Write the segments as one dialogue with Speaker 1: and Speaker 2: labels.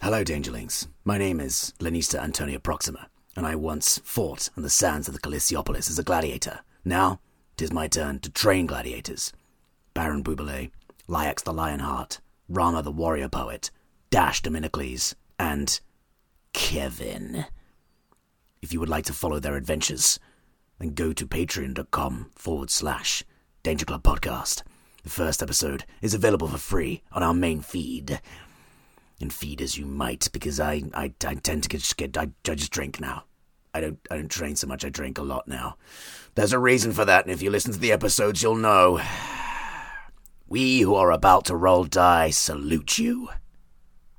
Speaker 1: Hello, Dangerlings. My name is Lenista Antonia Proxima, and I once fought on the sands of the Callisiopolis as a gladiator. Now, it is my turn to train gladiators. Baron Boubelet, Lyax the Lionheart, Rama the Warrior Poet, Dash Dominicles, and Kevin. If you would like to follow their adventures, then go to patreon.com forward slash Danger Club Podcast. The first episode is available for free on our main feed. And feed as you might, because I, I, I tend to get, get I, I just drink now. I don't I don't train so much, I drink a lot now. There's a reason for that, and if you listen to the episodes you'll know. We who are about to roll die salute you.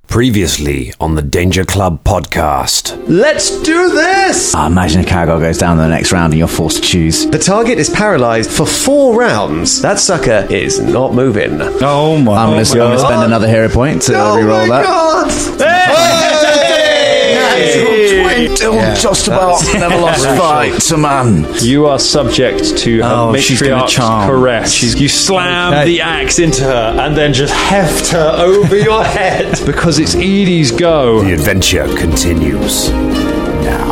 Speaker 2: Previously on the Danger Club podcast.
Speaker 3: Let's do this!
Speaker 4: I Ah, imagine if Caragol goes down in the next round and you're forced to choose.
Speaker 3: The target is paralyzed for four rounds. That sucker is not moving. Oh
Speaker 4: Oh my! I'm gonna, see- I'm gonna spend another hero point to uh, re-roll that.
Speaker 3: god!
Speaker 1: Just about never lost fight to man.
Speaker 5: You are subject to her
Speaker 4: Oh, she's gonna
Speaker 5: matriarch's
Speaker 4: charm.
Speaker 5: caress. you slam
Speaker 4: Okay.
Speaker 5: the axe into her and then just heft her over your head because it's Edie's go.
Speaker 2: The adventure continues now.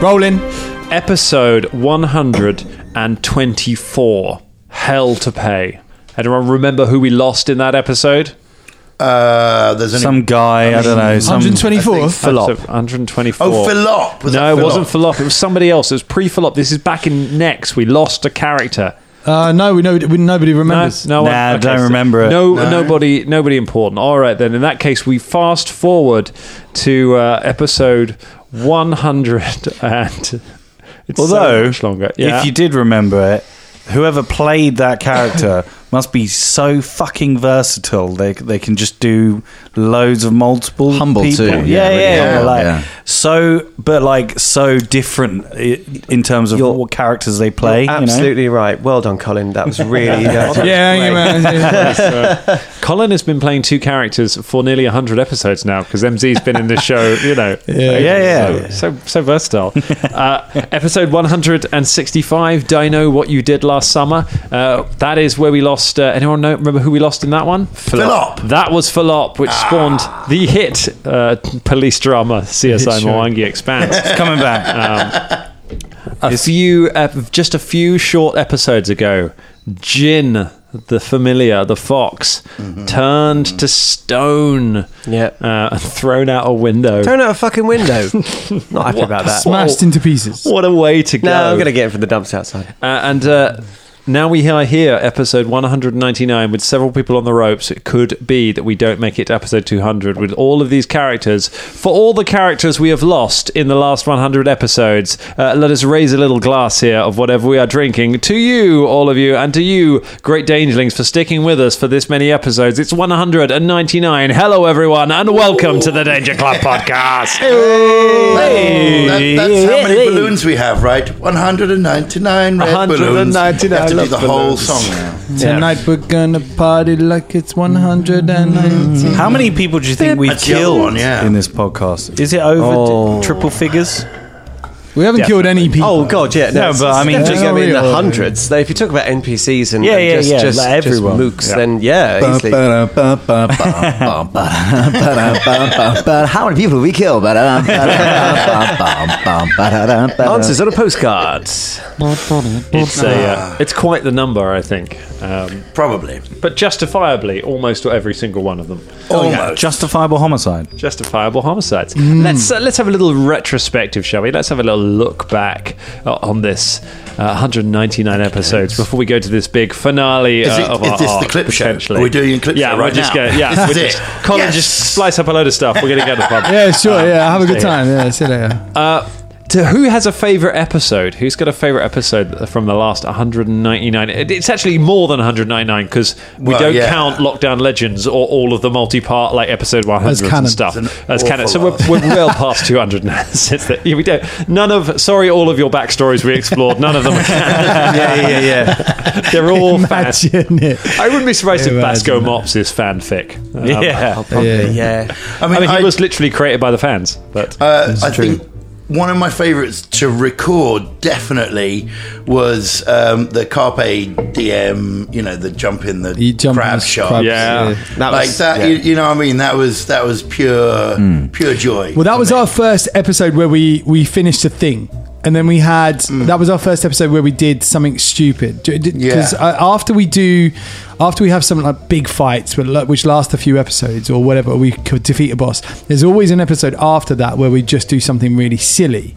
Speaker 4: Rolling.
Speaker 5: Episode 124 Hell to Pay. Anyone remember who we lost in that episode?
Speaker 6: Uh, there's only
Speaker 7: Some guy, I, don't know. Some,
Speaker 6: 124th.
Speaker 5: Philop. 124.
Speaker 6: Oh, Philop. Was
Speaker 5: no,
Speaker 6: that
Speaker 5: it
Speaker 6: Philop?
Speaker 5: wasn't Philop. It was somebody else. It was pre Philop. This is back in next. We lost a character.
Speaker 8: Uh, no, we know we, nobody
Speaker 5: No,
Speaker 8: remembers.
Speaker 5: no one-
Speaker 7: Nah,
Speaker 5: okay,
Speaker 7: don't
Speaker 5: so
Speaker 7: remember it.
Speaker 5: No, nobody, nobody important. All right, then. In that case, we fast forward to uh, episode one hundred and. It's so
Speaker 7: Although,
Speaker 5: much longer. Yeah.
Speaker 7: if you did remember it, whoever played that character must be so fucking versatile. They they can just do loads of multiple
Speaker 4: Humble
Speaker 7: people.
Speaker 4: too. Yeah,
Speaker 7: Yeah, yeah,
Speaker 4: really
Speaker 7: yeah,
Speaker 4: humble,
Speaker 7: like,
Speaker 4: yeah.
Speaker 7: So, but like so different i- in terms of
Speaker 3: You're-
Speaker 7: what characters they play. you know?
Speaker 3: Absolutely right. Well done, Colin. That was really. uh, that was
Speaker 8: Yeah, hang
Speaker 3: great.
Speaker 8: on, man.
Speaker 5: Colin has been playing two characters for nearly hundred episodes now because MZ's been in the show. You know.
Speaker 7: Yeah, yeah.
Speaker 5: So so versatile. Uh, episode 165, Dino, what you did last summer. Uh, that is where we lost. Uh, anyone know, remember who we lost in that one?
Speaker 6: Philop.
Speaker 5: That was Philop,
Speaker 7: Ah.
Speaker 5: which spawned the hit uh, police drama CSI Mwangi Expanse. Um,
Speaker 7: It's coming back.
Speaker 5: a few, uh, just a few short episodes ago, Jin. The familiar, the fox, turned to stone
Speaker 3: Mm-hmm. Yeah.
Speaker 5: uh, and thrown out a window.
Speaker 3: Thrown out a fucking window. Not happy about that.
Speaker 8: Smashed into pieces.
Speaker 5: What a way to go!
Speaker 3: No, I'm going to get him from the dumps outside.
Speaker 5: Uh, and uh, now we are here, episode 199, with several people on the ropes. It could be that we don't make it to episode 200 with all of these characters. For all the characters we have lost in the last 100 episodes, uh, let us raise a little glass here of whatever we are drinking to you, all of you, and to you, great Dangerlings, for sticking with us for this many episodes. It's 199. Hello, everyone, and welcome to the Danger Club podcast.
Speaker 6: That, that's how many balloons we have, right? 199 red balloons.
Speaker 5: 199
Speaker 6: You have to do
Speaker 5: love
Speaker 6: the whole
Speaker 5: balloons.
Speaker 6: song now.
Speaker 8: Tonight we're gonna party like it's 119.
Speaker 7: How many people do you think we've
Speaker 6: That's the other
Speaker 7: killed
Speaker 6: one, yeah.
Speaker 7: in this podcast? Is it over
Speaker 3: Oh.
Speaker 7: triple figures?
Speaker 8: We haven't killed any people.
Speaker 3: Oh god, yeah.
Speaker 7: No,
Speaker 3: it's-
Speaker 7: but I mean,
Speaker 3: it's
Speaker 7: just-
Speaker 3: gonna be in the
Speaker 8: Yeah.
Speaker 3: hundreds. Though, if you talk about NPCs and,
Speaker 7: Yeah,
Speaker 3: and
Speaker 7: yeah,
Speaker 3: just,
Speaker 7: yeah,
Speaker 3: just,
Speaker 7: like
Speaker 3: just
Speaker 7: everyone.
Speaker 3: mooks, then yeah, easily.
Speaker 4: How many people have we killed?
Speaker 3: Answers on a postcard.
Speaker 5: It's, a, uh, it's quite the number, I think. Um,
Speaker 6: Ah. Probably.
Speaker 5: but justifiably almost every single one of them
Speaker 6: Almost.
Speaker 7: Justifiable homicide.
Speaker 5: justifiable homicides
Speaker 6: Hmm.
Speaker 5: let's uh, let's have a little retrospective shall we let's have a little look back uh, on this uh, 199 episodes before we go to this big finale
Speaker 6: Is
Speaker 5: uh,
Speaker 6: it-
Speaker 5: of
Speaker 6: is
Speaker 5: our
Speaker 6: this the
Speaker 5: arc,
Speaker 6: clip show?
Speaker 5: potentially.
Speaker 6: Are we doing a clip
Speaker 5: yeah
Speaker 6: show
Speaker 5: we're
Speaker 6: right
Speaker 5: just
Speaker 6: now?
Speaker 5: gonna yeah
Speaker 6: This
Speaker 5: we're
Speaker 6: is
Speaker 5: just,
Speaker 6: it.
Speaker 5: Colin
Speaker 6: Yes.
Speaker 5: just slice up a load of stuff we're gonna go to the pub Um,
Speaker 8: Yeah, sure. Yeah, have a good time. Yeah, see you later.
Speaker 5: uh, to who has a favorite episode? Who's got a favorite episode from the last 199? It- It's actually more than 199 because we
Speaker 6: Well,
Speaker 5: don't
Speaker 6: yeah.
Speaker 5: count Lockdown Legends or all of the multi-part like episode 100
Speaker 8: canon.
Speaker 5: and stuff
Speaker 6: an
Speaker 5: as canon.
Speaker 6: awful
Speaker 5: So we're,
Speaker 6: lot.
Speaker 5: we're well past 200 now. Since that, yeah, we don't. None of sorry, all of your backstories we explored. None of them. Are canon.
Speaker 7: Yeah, yeah, yeah.
Speaker 5: They're all fan.
Speaker 8: Imagine it.
Speaker 5: I wouldn't be surprised if
Speaker 8: Imagine
Speaker 5: Basco
Speaker 8: that.
Speaker 5: Mops is fanfic. Um,
Speaker 7: yeah.
Speaker 8: Yeah.
Speaker 3: Yeah.
Speaker 6: I mean,
Speaker 5: I mean, he
Speaker 6: I-
Speaker 5: was literally created by the fans, but
Speaker 6: Uh, I think one of my favorites to record definitely was um, the Carpe DM, you know, the jump in the
Speaker 8: He jumped
Speaker 6: crab
Speaker 8: in his
Speaker 6: shop.
Speaker 8: crabs,
Speaker 5: Yeah.
Speaker 9: That
Speaker 6: like
Speaker 9: was-
Speaker 6: that,
Speaker 9: yeah.
Speaker 6: you, you know what I mean? That was that was pure pure joy.
Speaker 8: Well, that was our first episode where we we finished a thing, and then we had that was our first episode where we did something stupid. Because
Speaker 6: Yeah.
Speaker 8: uh, after we do, after we have something like big fights, but lo- which last a few episodes or whatever, we could defeat a boss. There's always an episode after that where we just do something really silly,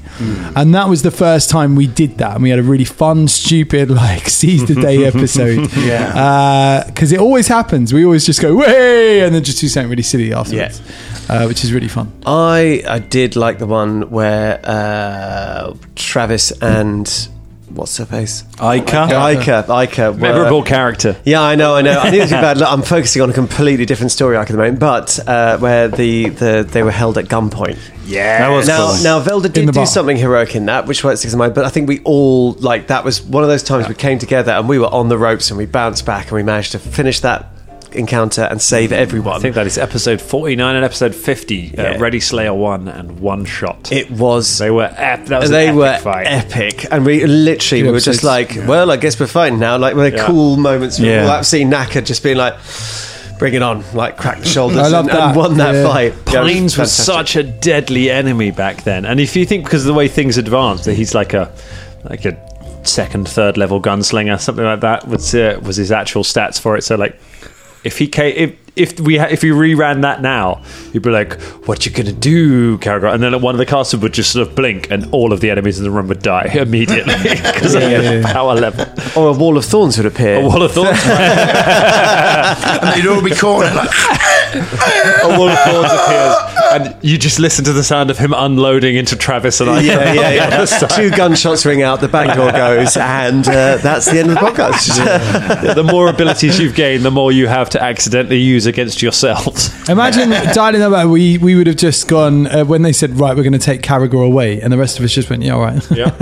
Speaker 8: and that was the first time we did that, and we had a really fun, stupid, like seize the day episode. yeah, because it always happens. We always just go way, and then just do something really silly afterwards, uh, which is really fun.
Speaker 9: I I did like the one where uh, Travis and what's her face
Speaker 7: Ica.
Speaker 9: Ica Ica were-
Speaker 5: Memorable character.
Speaker 9: Yeah, I know, I know. I knew it was a bad. Look, I'm focusing on a completely different story arc at the moment, but uh, where the, the they were held at gunpoint.
Speaker 7: That was
Speaker 9: Now,
Speaker 7: cool.
Speaker 9: now Velda
Speaker 8: the
Speaker 9: did do
Speaker 8: bar.
Speaker 9: something heroic in that, which won't stick in my mind. But I think we all like that was one of those times we came together and we were on the ropes and we bounced back and we managed to finish that encounter and save everyone.
Speaker 5: I think that is episode 49 and episode 50. Uh,
Speaker 9: Yeah.
Speaker 5: Ready Slayer 1 and One Shot.
Speaker 9: it was
Speaker 5: they were ep- that was an
Speaker 9: they
Speaker 5: epic
Speaker 9: were
Speaker 5: fight.
Speaker 9: epic, and we literally
Speaker 8: Good
Speaker 9: we were just
Speaker 8: episodes.
Speaker 9: like, "Well, I guess we're fighting now." Like, were
Speaker 5: Yeah.
Speaker 9: cool moments. We
Speaker 7: Yeah.
Speaker 9: were all absolutely knackered, just being like, "Bring it on!" Like, crack the shoulders
Speaker 8: I love
Speaker 9: and, and
Speaker 8: that.
Speaker 9: won that
Speaker 8: Yeah.
Speaker 9: fight. Yeah, it was
Speaker 5: Pines was
Speaker 9: fantastic.
Speaker 5: such a deadly enemy back then, and if you think because of the way things advanced, that he's like a like a second, third level gunslinger, something like that. Was uh, was his actual stats for it? So like, if he came, if if we ha- if you reran that now, you'd be like, "What you gonna do, Karagor?" And then one of the casters would just sort of blink, and all of the enemies in the room would die immediately because of the power level.
Speaker 9: or a wall of thorns would appear.
Speaker 5: A wall of thorns.
Speaker 6: and they'd all be cornered like,
Speaker 5: a wall of thorns appears, and you just listen to the sound of him unloading into Travis and I.
Speaker 9: yeah,
Speaker 5: on the
Speaker 9: yeah, yeah.
Speaker 5: other side.
Speaker 9: Two gunshots ring out, the back door goes, and uh, that's the end of the podcast.
Speaker 5: the more abilities you've gained, the more you have to accidentally use against yourselves.
Speaker 8: Imagine dialing that back. We we would have just gone uh, when they said right, we're going to take Carragher away, and the rest of us just went, yeah, all right.
Speaker 5: Yeah.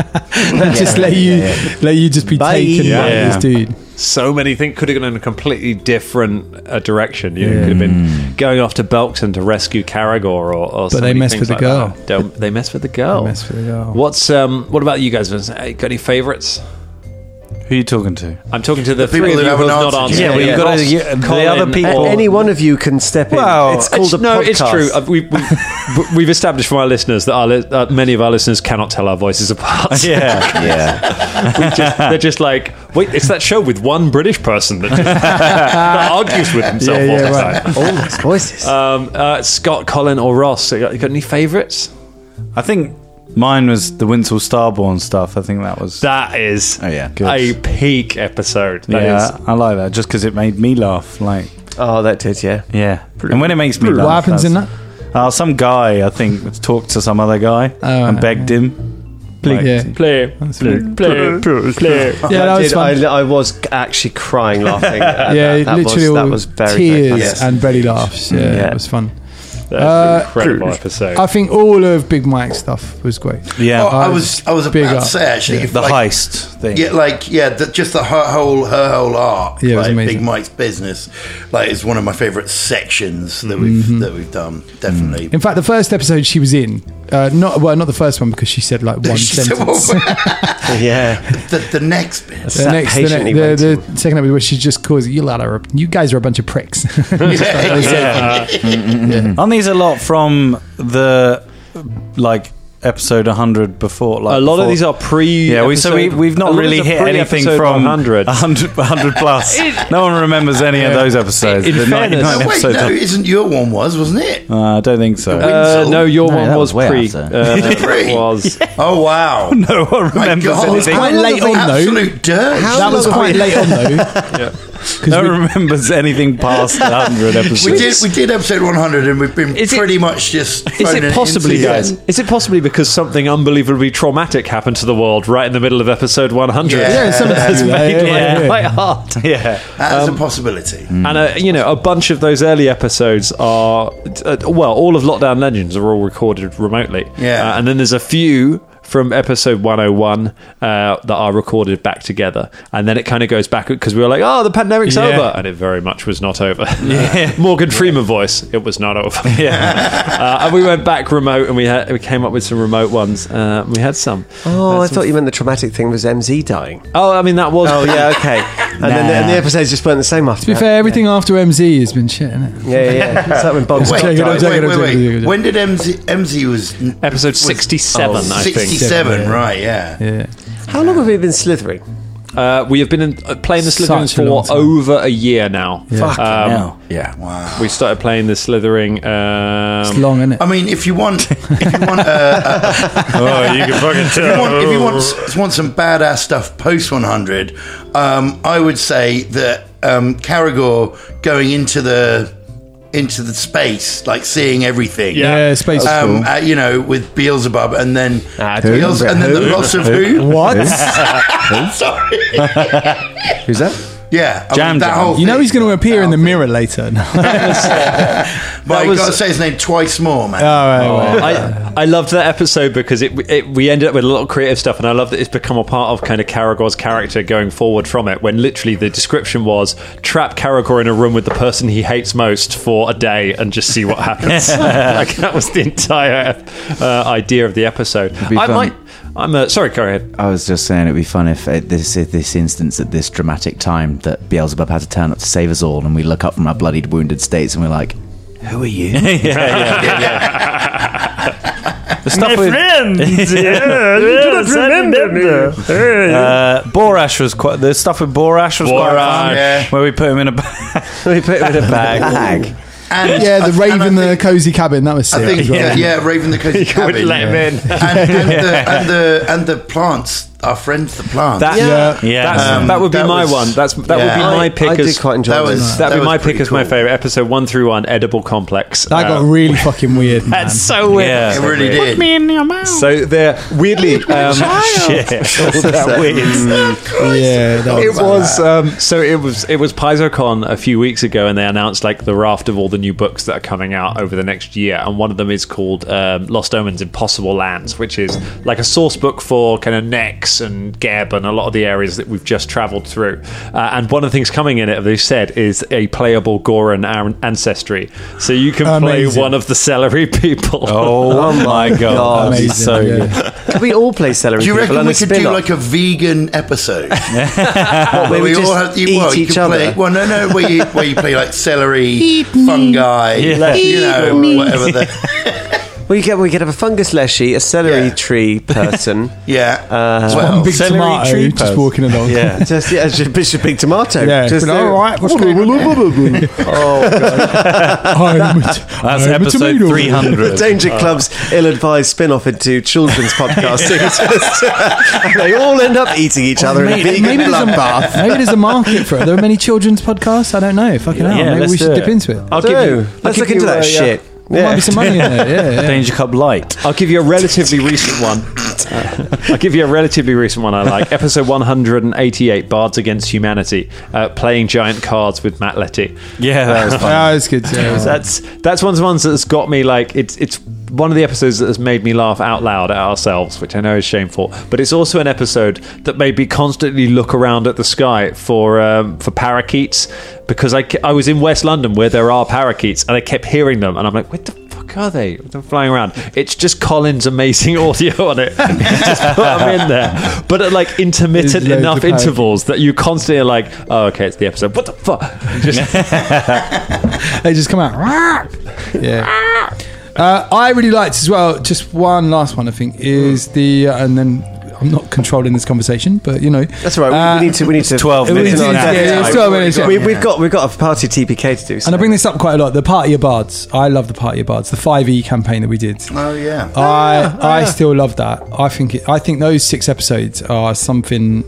Speaker 8: just let you let you just be
Speaker 9: Bye.
Speaker 8: taken by
Speaker 5: Yeah.
Speaker 8: this dude.
Speaker 5: So many things could have gone in a completely different uh, direction. You know, could have been going off to Belkson to rescue Caragor or, or so
Speaker 8: they
Speaker 5: many
Speaker 8: messed with
Speaker 5: things
Speaker 8: the
Speaker 5: like
Speaker 8: girl.
Speaker 5: that. Don't- They messed with the girl.
Speaker 8: They messed with the girl.
Speaker 5: What's um? What about you guys? Got any favourites?
Speaker 7: Who are you talking to?
Speaker 5: I'm talking to the,
Speaker 6: people
Speaker 5: three of
Speaker 6: that
Speaker 5: you who have
Speaker 6: haven't
Speaker 5: not
Speaker 6: answered
Speaker 5: answered.
Speaker 6: yet. Yeah, well,
Speaker 5: You've
Speaker 7: you've
Speaker 5: got uh,
Speaker 7: got to- you-
Speaker 5: Ross,
Speaker 7: the
Speaker 5: Colin,
Speaker 7: other people-
Speaker 5: or-
Speaker 9: Any one of you can step in.
Speaker 7: Well,
Speaker 9: it's called a
Speaker 5: It's- no,
Speaker 9: podcast.
Speaker 5: it's true. Uh, We, we, we've established from our listeners that our li- uh, many of our listeners cannot tell our voices apart.
Speaker 7: Yeah,
Speaker 10: Yeah.
Speaker 5: We just, they're just like, wait, it's that show with one British person that, just, that argues with himself all the time.
Speaker 9: All those voices.
Speaker 5: Um, uh, Scott, Colin, or Ross, you got, you got any favourites?
Speaker 7: I think mine was the Windsor Starborn stuff. I think that was.
Speaker 5: That is
Speaker 10: Oh, yeah.
Speaker 5: a peak episode. That
Speaker 7: yeah,
Speaker 5: is
Speaker 7: I like that just because it made me laugh. Like,
Speaker 9: oh, that did, yeah.
Speaker 7: yeah, and when it makes me laugh,
Speaker 8: What happens in that?
Speaker 7: that's- Uh, some guy, I think, talked to some other guy
Speaker 8: Oh,
Speaker 7: and
Speaker 8: right,
Speaker 7: begged him. Like,
Speaker 8: yeah,
Speaker 5: Play, play, play, play.
Speaker 8: yeah, that
Speaker 9: I,
Speaker 8: was
Speaker 9: did-
Speaker 8: fun.
Speaker 9: I, I was actually crying laughing. At
Speaker 8: yeah,
Speaker 9: that. That was,
Speaker 8: literally all
Speaker 9: that was very
Speaker 8: tears
Speaker 9: very
Speaker 6: Yes.
Speaker 8: and belly laughs. Yeah,
Speaker 9: Yeah.
Speaker 8: it was fun.
Speaker 5: That's
Speaker 8: Uh,
Speaker 5: an incredible episode.
Speaker 8: I think all of Big Mike's stuff was great.
Speaker 7: Yeah,
Speaker 6: oh, I was I was
Speaker 8: Big
Speaker 6: about
Speaker 8: up.
Speaker 6: to say actually if,
Speaker 7: the
Speaker 6: like,
Speaker 7: heist thing.
Speaker 6: Yeah, like yeah, the, just the her whole her whole arc.
Speaker 8: Yeah, it was
Speaker 6: like,
Speaker 8: amazing.
Speaker 6: Big Mike's business, like is one of my favorite sections that we've that we've done. Definitely.
Speaker 8: Mm-hmm. In fact, the first episode she was in, uh, not well, not the first one because she said like one
Speaker 6: She said,
Speaker 8: sentence.
Speaker 6: "Well,
Speaker 9: Yeah.
Speaker 6: the, the next bit.
Speaker 8: The
Speaker 9: Sat
Speaker 8: next, the,
Speaker 9: patiently
Speaker 8: ne- the,
Speaker 9: waiting.
Speaker 8: the second episode where she just calls you lot are you guys are a bunch of pricks.
Speaker 7: Aren't these a lot from the like episode 100 before? Like
Speaker 5: a lot
Speaker 7: before-
Speaker 5: of these are pre.
Speaker 7: Yeah, we, so we, we've
Speaker 5: a
Speaker 7: not
Speaker 5: lot
Speaker 7: really
Speaker 5: of these are
Speaker 7: hit anything
Speaker 5: pre-episode
Speaker 7: from
Speaker 5: 100.
Speaker 7: 100, 100 plus. no one remembers any of those episodes.
Speaker 5: In
Speaker 7: the
Speaker 5: fairness-
Speaker 7: 99
Speaker 6: Oh, wait,
Speaker 7: episodes.
Speaker 6: no, isn't your one was wasn't it?
Speaker 7: Uh, I don't think so.
Speaker 5: Uh,
Speaker 6: Winsel?
Speaker 5: no, your
Speaker 10: No,
Speaker 5: one
Speaker 10: that
Speaker 5: was,
Speaker 10: was way
Speaker 5: pre.
Speaker 10: after.
Speaker 5: Uh, that
Speaker 6: Pre?
Speaker 5: was
Speaker 6: Oh wow!
Speaker 7: no one
Speaker 6: My
Speaker 7: remembers
Speaker 6: God,
Speaker 7: anything.
Speaker 8: quite
Speaker 6: how long
Speaker 8: late
Speaker 6: of
Speaker 8: on, though.
Speaker 6: Absolute dirge.
Speaker 8: that was quite late on though.
Speaker 7: No one remembers anything past the 100
Speaker 6: We
Speaker 7: episodes.
Speaker 6: did we did episode 100, and we've been
Speaker 5: Is it-
Speaker 6: pretty much just.
Speaker 5: Is
Speaker 6: phoning
Speaker 5: it
Speaker 6: into
Speaker 5: possibly,
Speaker 6: you.
Speaker 5: guys? Is it possibly because something unbelievably traumatic happened to the world right in the middle of episode 100?
Speaker 6: Yeah. Yeah, something to do
Speaker 5: That's
Speaker 8: with that,
Speaker 5: made
Speaker 8: yeah,
Speaker 5: my-
Speaker 8: yeah.
Speaker 5: my heart.
Speaker 7: Yeah.
Speaker 6: That's a possibility.
Speaker 5: And, uh, you know, a bunch of those early episodes are, uh, well, all of Lockdown Legends are all recorded remotely.
Speaker 6: Yeah.
Speaker 5: Uh, and then there's a few from episode 101 uh, that are recorded back together. And then it kind of goes back because we were like, oh, the pandemic's
Speaker 7: Yeah.
Speaker 5: over. And it very much was not over. Morgan Freeman voice, it was not over. uh, and we went back remote and we, had, we came up with some remote ones. Uh, we had some.
Speaker 3: Oh, I thought you meant the traumatic thing was MZ dying.
Speaker 5: Oh, I mean, that was.
Speaker 3: Oh yeah, okay. And then the, and the episodes just weren't the same after.
Speaker 8: To be
Speaker 3: that.
Speaker 8: fair, everything after MZ has been shit, innit?
Speaker 3: Yeah, yeah. yeah. Is that when Bob
Speaker 6: Wait,
Speaker 3: Scott
Speaker 8: Jacob, Jacob. I'm
Speaker 6: wait, wait,
Speaker 3: died?
Speaker 8: joking, I'm
Speaker 6: wait.
Speaker 8: joking.
Speaker 6: When did MZ, MZ was oh,
Speaker 5: Episode 67,
Speaker 6: was
Speaker 5: I think.
Speaker 6: 67, right? Yeah.
Speaker 8: Yeah.
Speaker 3: How long have we been slithering?
Speaker 5: Uh, we have been in, uh, playing the Slytherin
Speaker 8: Such a long
Speaker 5: for
Speaker 8: time.
Speaker 5: over a year now.
Speaker 7: Fucking
Speaker 5: Um,
Speaker 7: hell.
Speaker 4: Yeah.
Speaker 5: We started playing the Slithering. Um,
Speaker 8: It's long, innit?
Speaker 6: I mean, if you want, if you want, uh,
Speaker 7: Oh, you can fucking
Speaker 6: if you want, if you want, s- want some badass stuff post 100, um, I would say that um, Caragor going into the into the space, like seeing everything.
Speaker 8: yeah, space.
Speaker 6: Um, uh, you know, with Beelzebub, and then Beelze- and then the loss of who?
Speaker 8: what?
Speaker 6: Sorry.
Speaker 4: Who's that?
Speaker 6: Yeah, I
Speaker 7: Jam
Speaker 6: mean, that
Speaker 7: Jam.
Speaker 6: whole
Speaker 8: You know
Speaker 6: thing.
Speaker 8: he's going to appear in the mirror later. All
Speaker 6: But you
Speaker 5: was-
Speaker 6: gotta say his name twice more, man.
Speaker 8: right.
Speaker 5: I, I loved that episode because it, it we ended up with a lot of creative stuff, and I love that it's become a part of kind of Caragor's character going forward from it. When literally the description was trap Caragor in a room with the person he hates most for a day and just see what happens. like that was the entire uh, idea of the episode.
Speaker 4: be
Speaker 5: I
Speaker 4: fun.
Speaker 5: might. I'm uh, sorry, go ahead.
Speaker 4: I was just saying it'd be fun if at this at this instance at this dramatic time that Beelzebub had to turn up to save us all, and we look up from our bloodied wounded states and we're like, "Who are you?"
Speaker 7: The stuff with friends. yeah, remember. Uh, Borash was quite. The stuff with Borash was quite fun.
Speaker 6: Borash. Um, Yeah.
Speaker 7: Where we put him in a bag. we put him in a bag.
Speaker 6: And
Speaker 8: Yeah, the
Speaker 6: I-
Speaker 8: rave
Speaker 6: and I
Speaker 8: in the
Speaker 6: think-
Speaker 8: cozy cabin. That was sick.
Speaker 6: I think
Speaker 8: as well.
Speaker 6: yeah, yeah, Raven the Cozy Cabin.
Speaker 5: let him in.
Speaker 6: and, and, the, and the and the plants, our friends, the plants.
Speaker 5: That,
Speaker 8: Yeah.
Speaker 7: Yeah.
Speaker 5: that's-
Speaker 6: Um,
Speaker 5: that would be
Speaker 6: that
Speaker 5: my
Speaker 6: was-
Speaker 5: one. That's that
Speaker 6: yeah.
Speaker 5: would be my
Speaker 3: I-
Speaker 5: pick.
Speaker 3: I
Speaker 5: as,
Speaker 3: did quite enjoy
Speaker 6: that
Speaker 3: that.
Speaker 6: was-
Speaker 5: That'd be
Speaker 6: was
Speaker 5: my
Speaker 6: pretty
Speaker 5: pick as my
Speaker 6: cool.
Speaker 5: favorite episode one through one. Edible complex.
Speaker 8: That
Speaker 5: Uh,
Speaker 8: got really fucking weird. Man.
Speaker 5: That's so weird.
Speaker 7: Yeah.
Speaker 6: It really did.
Speaker 5: So they're weirdly um,
Speaker 6: Mm.
Speaker 8: yeah, that
Speaker 5: it was um, so it was it was PaizoCon a few weeks ago, and they announced like the raft of all the new books that are coming out over the next year, and one of them is called um, Lost Omens: Impossible Lands, which is like a source book for kind of Nex and Geb and a lot of the areas that we've just travelled through. Uh, and one of the things coming in it, they've said, is a playable Goran an- ancestry, so you can play
Speaker 8: Amazing.
Speaker 5: one of the celery people.
Speaker 7: Oh my god.
Speaker 8: amazing.
Speaker 7: That's so
Speaker 8: yeah.
Speaker 7: good.
Speaker 3: Could we all play celery?
Speaker 6: do you
Speaker 3: people
Speaker 6: reckon
Speaker 3: and
Speaker 6: we
Speaker 3: a
Speaker 6: could do
Speaker 3: spin-off?
Speaker 6: like a vegan episode?
Speaker 3: where we, just
Speaker 6: you,
Speaker 3: eat
Speaker 6: well, you
Speaker 3: each
Speaker 6: can
Speaker 3: other?
Speaker 6: Play, well, no, no, where you, where you play like celery, fungi, you know, whatever. The,
Speaker 3: Well, you get we could have a fungus leshy, a celery
Speaker 6: Yeah.
Speaker 3: tree person.
Speaker 6: yeah.
Speaker 3: Uh,
Speaker 6: well,
Speaker 8: big
Speaker 7: Celery
Speaker 8: tomato
Speaker 7: tree
Speaker 8: just
Speaker 7: pose.
Speaker 8: walking along.
Speaker 7: Yeah.
Speaker 3: just yeah, just, just a big tomato.
Speaker 8: Yeah,
Speaker 3: just
Speaker 8: but all right, what's going on there?
Speaker 3: Oh, God.
Speaker 8: I'm a-
Speaker 7: That's
Speaker 8: I'm a
Speaker 7: episode
Speaker 8: Oh, tomato.
Speaker 7: 300.
Speaker 3: the Danger Club's ill-advised spin-off into children's podcasting. they all end up eating each other in a
Speaker 8: Maybe,
Speaker 3: vegan
Speaker 8: maybe, there's a,
Speaker 3: bloodbath.
Speaker 8: maybe there's a market for it. There are many children's podcasts. I don't know. Fucking hell.
Speaker 7: Yeah,
Speaker 8: maybe
Speaker 7: let's
Speaker 8: we should
Speaker 7: do
Speaker 8: dip
Speaker 7: it.
Speaker 8: into it.
Speaker 3: I'll
Speaker 5: give
Speaker 3: do.
Speaker 5: you- I'll give
Speaker 3: Let's look into
Speaker 5: you, uh,
Speaker 3: that
Speaker 5: yeah.
Speaker 3: shit.
Speaker 8: There might be some money in there. Yeah, yeah.
Speaker 7: Danger Club Light.
Speaker 5: I'll give you a relatively recent one. Uh, I'll give you a relatively recent one I like. Episode 188 Bards Against Humanity, uh, playing giant cards with Matt Letty.
Speaker 7: Yeah, that was fun.
Speaker 8: Ah, it's good. Yeah.
Speaker 5: That's that's one of the ones that's got me like it's it's one of the episodes that has made me laugh out loud at ourselves, which I know is shameful. But it's also an episode that made me constantly look around at the sky for um, for parakeets because I, ke- I was in West London where there are parakeets and I kept hearing them and I'm like, what the fuck are they? They're flying around. It's just Colin's amazing audio on it. just put them in there, but at like
Speaker 8: There's
Speaker 5: intermittent
Speaker 8: loads
Speaker 5: enough
Speaker 8: of parakeets.
Speaker 5: intervals that you constantly are like, oh, okay, it's the episode. What the fuck? Just
Speaker 8: They just come out. yeah. Uh, I really liked as well. Just one last one, I think, is the uh, and then I'm not controlling this conversation, but you know
Speaker 3: That's all right.
Speaker 8: Uh,
Speaker 3: we, we need to. We need to.
Speaker 7: 12
Speaker 3: we need
Speaker 7: minutes
Speaker 3: to-
Speaker 7: now.
Speaker 3: yeah,
Speaker 7: Yeah,
Speaker 3: yeah,
Speaker 7: it's
Speaker 3: yeah.
Speaker 8: 12 minutes, yeah.
Speaker 3: We, we've got we've got a party TPK to do. So.
Speaker 8: And I bring this up quite a lot. The Party of Bards. I love the Party of Bards. The Five E campaign that we did.
Speaker 6: oh yeah.
Speaker 5: Ah,
Speaker 8: I I still love that. I think it, I think those six episodes are something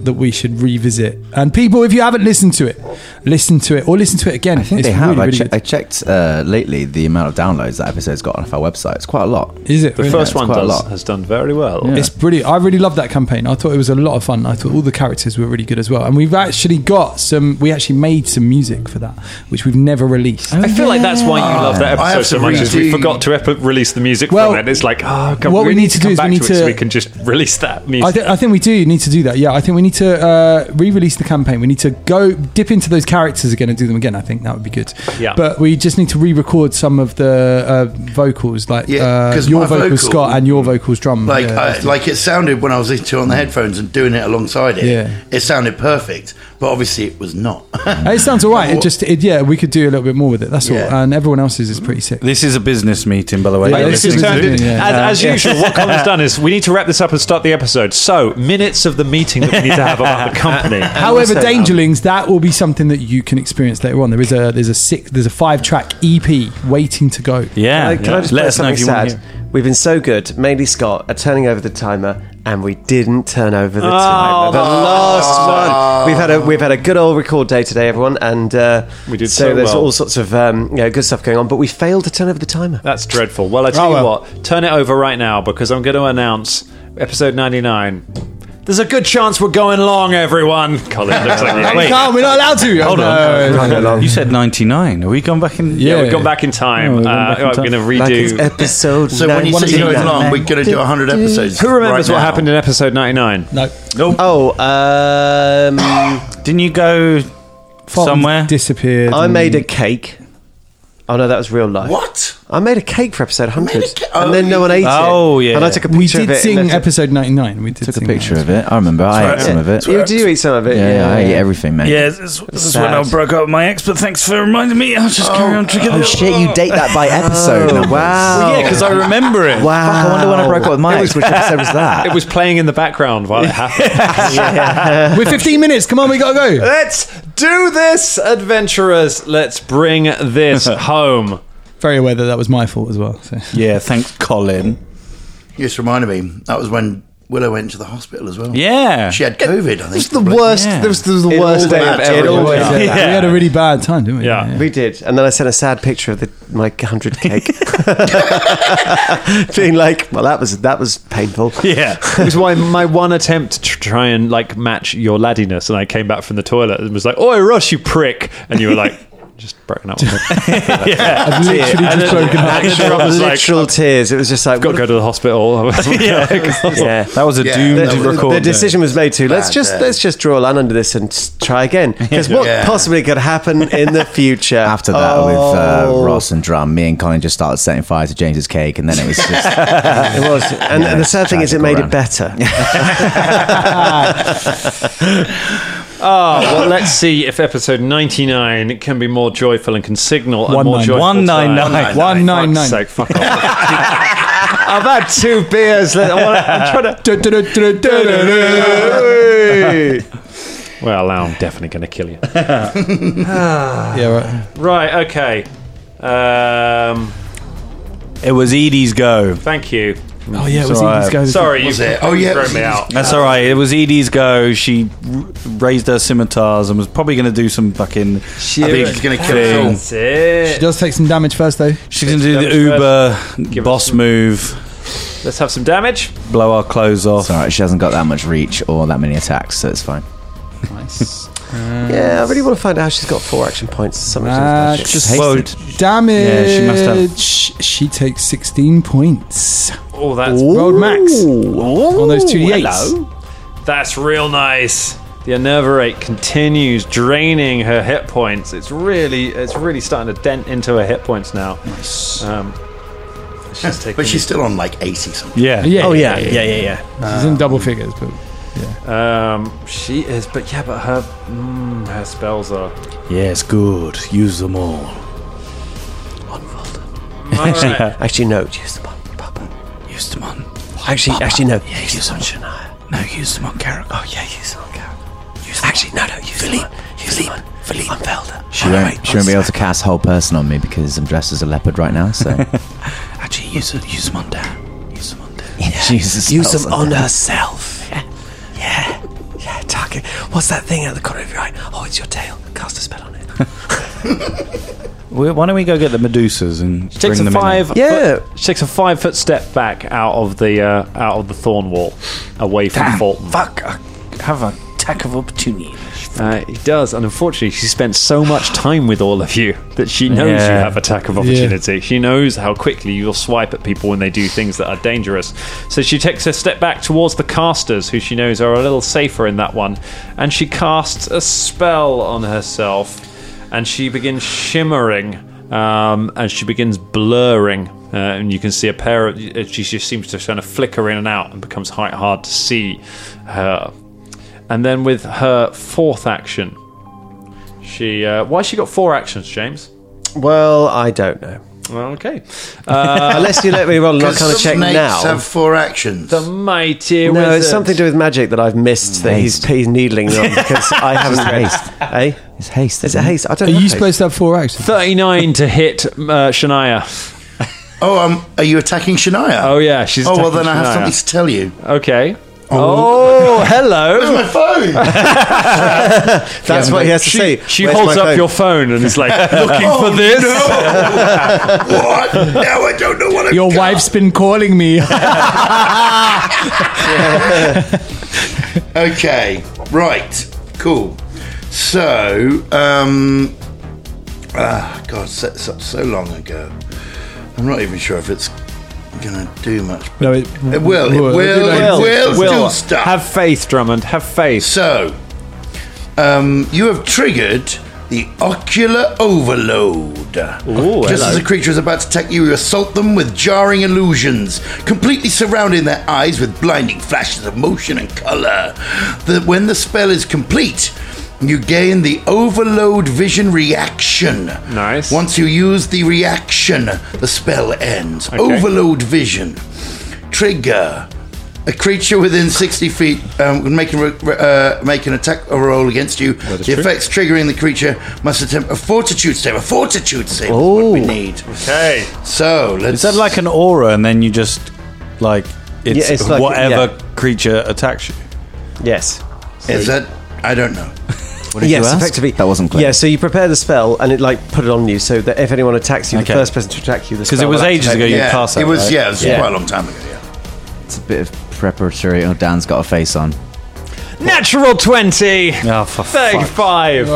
Speaker 8: that we should revisit. And people, if you haven't listened to it, listen to it or listen to it again.
Speaker 1: I think
Speaker 8: It's
Speaker 1: they have.
Speaker 8: really,
Speaker 1: I,
Speaker 8: really
Speaker 1: che-
Speaker 8: good.
Speaker 1: I checked uh, lately the amount of downloads that episode's got off our website. It's quite a lot.
Speaker 8: Is it
Speaker 5: The
Speaker 8: really?
Speaker 5: first
Speaker 1: it's
Speaker 5: one
Speaker 1: quite a
Speaker 5: does,
Speaker 1: lot.
Speaker 5: has done very well.
Speaker 8: It's brilliant. I really loved that campaign. I thought it was a lot of fun. I thought all the characters were really good as well. And we've actually got some. We actually made some music for that, which we've never released.
Speaker 5: I feel like that's why you love that
Speaker 6: Ah, I
Speaker 5: episode
Speaker 6: have
Speaker 5: so
Speaker 6: to
Speaker 5: much is we
Speaker 6: redo-
Speaker 5: forgot to ep- release the music
Speaker 8: Well,
Speaker 5: from it. It's like, oh, God,
Speaker 8: what
Speaker 5: we,
Speaker 8: we
Speaker 5: need to, come
Speaker 8: do is
Speaker 5: back
Speaker 8: we need
Speaker 5: to it so
Speaker 8: to-
Speaker 5: we can just release that music.
Speaker 8: I, th- I think we do need to do that. Yeah, I think we need to uh, re-release the campaign. We need to go dip into those characters again and do them again. I think that would be good.
Speaker 5: Yeah.
Speaker 8: But we just need to re-record some some of the uh, vocals, like
Speaker 6: Yeah,
Speaker 8: uh,
Speaker 6: 'cause
Speaker 8: your
Speaker 6: my
Speaker 8: vocals,
Speaker 6: vocal-
Speaker 8: Scott, and your vocals, drum.
Speaker 6: Like,
Speaker 8: Yeah.
Speaker 6: I, like it sounded when I was listening to it on the headphones and doing it alongside it.
Speaker 8: Yeah.
Speaker 6: It sounded perfect, but obviously it was not.
Speaker 8: it sounds all right. It just, it, yeah, we could do a little bit more with it. That's all.
Speaker 6: Yeah.
Speaker 8: And everyone else's is pretty sick.
Speaker 3: This is a business meeting, by the way.
Speaker 8: Yeah,
Speaker 3: You're
Speaker 8: this
Speaker 5: This is
Speaker 8: listening
Speaker 3: listening
Speaker 5: turned
Speaker 8: to it,
Speaker 5: in-
Speaker 8: yeah.
Speaker 5: as, as usual, what Colin's done is we need to wrap this up and start the episode. So, minutes of the meeting that we need to have about the company.
Speaker 8: However,
Speaker 9: also, um,
Speaker 8: Dangerlings, that will be something that you can experience later on. There is a there's a six there's a five track EP waiting to go.
Speaker 3: to- Yeah.
Speaker 9: Can I- can I just
Speaker 3: Let
Speaker 9: play
Speaker 3: us know if you
Speaker 9: something
Speaker 3: want to
Speaker 9: sad? We've been so good, mainly Scott, at turning over the timer, and we didn't turn over the timer. The last one. We've had a we've had a good old record day today, everyone, and uh,
Speaker 5: We did so
Speaker 9: there's
Speaker 5: well.
Speaker 9: all sorts of um, you know, good stuff going on, but we failed to turn over the timer.
Speaker 5: That's dreadful. Well, I tell
Speaker 8: Oh,
Speaker 5: you
Speaker 8: well.
Speaker 5: what, turn it over right now because I'm going to announce episode 99. There's a good chance we're going long, everyone. Colin looks like he's-
Speaker 8: We
Speaker 5: Wait.
Speaker 8: can't, we're not allowed to. Hold
Speaker 3: hear. You said 99. Are we going back in?
Speaker 8: Yeah.
Speaker 5: Yeah, we've gone back in time.
Speaker 3: Yeah, Oh, we've
Speaker 5: uh,
Speaker 3: gone back in
Speaker 5: I'm
Speaker 3: time.
Speaker 5: going to
Speaker 9: Like it's
Speaker 5: redo.
Speaker 9: episode.
Speaker 6: so when you
Speaker 8: One
Speaker 6: say
Speaker 8: of
Speaker 6: you
Speaker 8: these-
Speaker 6: long, we're going to do 100 episodes.
Speaker 5: Who remembers
Speaker 6: right
Speaker 5: what
Speaker 6: now.
Speaker 5: happened in episode 99?
Speaker 8: No,
Speaker 9: Oh, um,
Speaker 3: Didn't you go
Speaker 8: Fulton
Speaker 3: somewhere?
Speaker 8: disappeared.
Speaker 9: I
Speaker 8: and-
Speaker 9: made a cake. Oh no, that was real life.
Speaker 6: What?
Speaker 9: I made a cake for episode hundred,
Speaker 6: ca-
Speaker 9: and then no one ate it.
Speaker 3: Oh, yeah.
Speaker 9: and I took a picture
Speaker 8: We
Speaker 9: of it.
Speaker 8: did
Speaker 9: and
Speaker 8: sing
Speaker 9: left it.
Speaker 8: episode ninety nine. We did
Speaker 1: Took a
Speaker 8: sing
Speaker 1: picture
Speaker 8: that.
Speaker 1: of it. I remember. I ate
Speaker 6: right.
Speaker 1: some of it.
Speaker 9: You do eat some of it.
Speaker 1: Yeah, yeah, I ate everything, mate.
Speaker 3: Yeah, this, this is
Speaker 9: Sad.
Speaker 3: when I broke up with my ex, but thanks for reminding me. I'll just carry on drinking
Speaker 1: Oh
Speaker 3: this.
Speaker 1: shit! You date that by episode.
Speaker 9: Oh,
Speaker 1: numbers.
Speaker 9: wow.
Speaker 3: Yeah, because I remember it.
Speaker 1: Wow. Fuck, I wonder when I broke up with my ex. Which episode was
Speaker 9: Uh,
Speaker 1: that?
Speaker 5: It was playing in the background while it happened.
Speaker 8: We're fifteen minutes. Come on, we gotta go.
Speaker 5: Let's do this, adventurers. Let's bring this home.
Speaker 8: Very aware that that was my fault as well. So.
Speaker 3: Yeah, thanks, Colin.
Speaker 6: You just reminded me. That was when Willow went to the hospital as well.
Speaker 3: Yeah.
Speaker 6: She had COVID, I think.
Speaker 9: It's the worst.
Speaker 3: Yeah.
Speaker 9: This was the
Speaker 5: It
Speaker 9: worst
Speaker 5: all
Speaker 9: day I've
Speaker 5: matters.
Speaker 9: ever.
Speaker 5: It all
Speaker 9: done.
Speaker 5: matters.
Speaker 8: We
Speaker 3: Yeah.
Speaker 8: had a really bad time, didn't we?
Speaker 5: Yeah.
Speaker 9: We did, and then I sent a sad picture of the, my hundred cake, being like, "Well, that was that was painful."
Speaker 3: Yeah.
Speaker 5: It was my, my one attempt to tr- try and like match your laddiness, and I came back from the toilet and was like, "Oi, Rush, you prick!" And you were like, "Just broken up." With me.
Speaker 8: I've literally
Speaker 5: And
Speaker 8: just
Speaker 5: then-
Speaker 8: broken up.
Speaker 5: and then I was like,
Speaker 9: Literal tears. It was just like,
Speaker 5: "Got to go to the hospital."
Speaker 9: yeah.
Speaker 3: That was a
Speaker 6: Yeah,
Speaker 3: doomed
Speaker 6: that was-
Speaker 3: record.
Speaker 9: The decision was made to let's
Speaker 6: Bad
Speaker 9: just
Speaker 6: day.
Speaker 9: let's just draw a line under this and s- try again because what
Speaker 6: Yeah.
Speaker 9: possibly could happen in the future
Speaker 1: After that, with
Speaker 9: Oh.
Speaker 1: uh, Ross and Drum, me and Colin just started setting fire to James's cake, and then it was just
Speaker 9: It was, and, and the sad thing is, it made it
Speaker 1: Tragic all
Speaker 9: better.
Speaker 5: Ah, well, let's see if episode ninety nine can be more joyful and can signal a
Speaker 8: One
Speaker 5: more
Speaker 8: nine-
Speaker 5: joyful
Speaker 3: one nine
Speaker 5: time.
Speaker 3: nine.
Speaker 8: One
Speaker 5: Fuck's
Speaker 8: nine nine.
Speaker 5: sake, fuck off. I've had two beers. Let- I wanna- I'm trying to. Well, now I'm definitely going to kill you.
Speaker 8: Yeah, right.
Speaker 5: Right. Okay. Um,
Speaker 3: it was Edie's go.
Speaker 5: thank you.
Speaker 8: Oh yeah, it was
Speaker 3: alright.
Speaker 8: these guys.
Speaker 5: Sorry, you
Speaker 6: Was it? Oh, yeah, it
Speaker 5: thrown
Speaker 6: was-
Speaker 5: me out.
Speaker 3: That's all right. It was Edie's go. She r- raised her scimitars and was probably going to do some fucking.
Speaker 6: I think she's going to kill us all.
Speaker 5: That's it.
Speaker 8: She does take some damage first though.
Speaker 3: She's going to do the Uber boss move,
Speaker 5: Let's have some damage.
Speaker 3: blow our clothes off.
Speaker 1: all right. She hasn't got that much reach or that many attacks, so it's fine.
Speaker 9: yeah, I really want to find out how she's got four action points. So much
Speaker 8: Ah,
Speaker 9: shit.
Speaker 8: just
Speaker 3: Well,
Speaker 8: damage.
Speaker 3: Yeah, she must have-
Speaker 8: She takes 16 points.
Speaker 5: Oh, that's
Speaker 8: Road max on those two
Speaker 5: Ooh,
Speaker 8: d8s.
Speaker 5: hello. That's real nice. The enervate continues draining her hit points. It's really, it's really starting to dent into her hit points now. Nice. Um, she's taking.
Speaker 6: But she's still on like 80 something.
Speaker 3: Oh, Yeah.
Speaker 8: Oh,
Speaker 5: Oh,
Speaker 8: Yeah,
Speaker 3: yeah. Yeah. Yeah. yeah.
Speaker 8: She's in double figures, but
Speaker 5: um, she is, but yeah, but her, mm, her spells are.
Speaker 3: Yes, good. Use them all.
Speaker 5: Alright.
Speaker 9: Actually, no. Use the one. Papa.
Speaker 3: Use them on.
Speaker 9: Actually, actually, no. use the one, Shania.
Speaker 3: No, use them on Carrot.
Speaker 9: Oh yeah, use the one, Gareth. Use the actually, no, no. Use Philippe. the one. Use Philippe. the one. Philippe. I'm Velda.
Speaker 1: She won't. She won't be able to cast whole person on me because I'm dressed as a leopard right now. So
Speaker 3: Actually, use them, use them on down. Use them on down.
Speaker 1: Jesus,
Speaker 9: Use
Speaker 1: spells
Speaker 9: them
Speaker 1: are
Speaker 9: on herself. Yeah. Yeah. Yeah. Tuck
Speaker 3: okay. What's that thing out the corner of your eye? Oh, it's your tail. Cast a spell on it.
Speaker 7: Why don't we go get the Medusas and
Speaker 5: She takes
Speaker 7: bring
Speaker 5: a
Speaker 7: them
Speaker 5: five.
Speaker 7: in?
Speaker 3: Yeah.
Speaker 5: foot- she takes a five foot step back out of the uh, out of the thorn wall, away from Fulton.
Speaker 7: Fuck! I have a attack of opportunity.
Speaker 5: Uh, he does, and unfortunately, she spent so much time with all of you that she knows you
Speaker 7: Yeah.
Speaker 5: have attack of opportunity. She knows how quickly you'll swipe at people when they do things that are dangerous. So she takes a step back towards the casters, who she knows are a little safer in that one, and she casts a spell on herself, and she begins shimmering, um, and she begins blurring. Uh, and you can see a pair of. She just seems to kind of flicker in and out and becomes quite hard to see her. And then with her fourth action, she uh, why she got four actions, James?
Speaker 3: Well, I don't know.
Speaker 5: Well, okay.
Speaker 3: Unless you let me roll and I'll kind of check
Speaker 6: snakes
Speaker 3: now.
Speaker 6: have four actions.
Speaker 5: The mighty
Speaker 3: no,
Speaker 5: wizard.
Speaker 3: it's something to do with magic that I've missed that he's, he's needling me on because I haven't read. Eh?
Speaker 4: It's haste.
Speaker 3: Is
Speaker 4: isn't
Speaker 3: it
Speaker 4: it?
Speaker 3: haste? I don't
Speaker 8: Are
Speaker 3: have
Speaker 8: you
Speaker 3: haste.
Speaker 8: supposed to have four actions?
Speaker 5: thirty-nine to hit uh, Shania.
Speaker 6: oh, um, are you attacking Shania?
Speaker 5: Oh yeah, she's.
Speaker 6: Oh well,
Speaker 5: attacking
Speaker 6: then I have
Speaker 5: Shania.
Speaker 6: something to tell you.
Speaker 5: Okay. Oh, hello.
Speaker 6: My phone.
Speaker 3: That's what he has to
Speaker 5: She,
Speaker 3: say.
Speaker 5: she
Speaker 3: Where's
Speaker 5: holds
Speaker 3: my
Speaker 5: up
Speaker 3: phone?
Speaker 5: your phone and is like looking
Speaker 6: Oh,
Speaker 5: for this.
Speaker 6: No. what? Now I don't know what. I've
Speaker 8: Your
Speaker 6: got.
Speaker 8: wife's been calling me.
Speaker 6: Okay. Right. Cool. So, um, ah, God, set this up so long ago. I'm not even sure if it's gonna do much.
Speaker 8: no, it,
Speaker 6: It will. It will. It will, do stuff.
Speaker 5: have faith, Drummond. Have faith.
Speaker 6: So, um, you have triggered the ocular overload.
Speaker 5: Ooh,
Speaker 6: Just
Speaker 5: hello.
Speaker 6: as a creature is about to attack you, you assault them with jarring illusions, completely surrounding their eyes with blinding flashes of motion and color. That when the spell is complete, you gain the overload vision reaction.
Speaker 5: Nice.
Speaker 6: Once you use the reaction, the spell ends. Overload vision. Trigger. A creature within 60 feet um, would make, a, re- re- uh, make an attack or roll against you. The effects triggering the creature must attempt a fortitude save. A fortitude save is what we need.
Speaker 5: Okay.
Speaker 6: So let's.
Speaker 7: Oh. Is that like an aura, and then you just like it's,
Speaker 3: Yeah, it's like-
Speaker 7: whatever
Speaker 3: yeah.
Speaker 7: creature attacks you?
Speaker 3: Yes.
Speaker 6: Is that? I don't know.
Speaker 4: What did
Speaker 3: yes,
Speaker 4: you ask?
Speaker 3: effectively.
Speaker 4: That wasn't clear.
Speaker 3: Yeah, so you prepare the spell and it like put it on you so that if anyone attacks you,
Speaker 7: Okay.
Speaker 3: the first person to attack you, the
Speaker 7: Because it
Speaker 3: spell
Speaker 7: was
Speaker 3: will
Speaker 7: ages
Speaker 3: activate.
Speaker 7: ago. You
Speaker 6: yeah,
Speaker 7: passed that.
Speaker 6: it was.
Speaker 7: right?
Speaker 6: Yeah, it was
Speaker 3: Yeah.
Speaker 6: quite a long time ago. Yeah.
Speaker 4: It's a bit of preparatory. Oh, Dan's got a face on.
Speaker 5: Natural 20.
Speaker 7: Oh, for fuck.
Speaker 5: 35.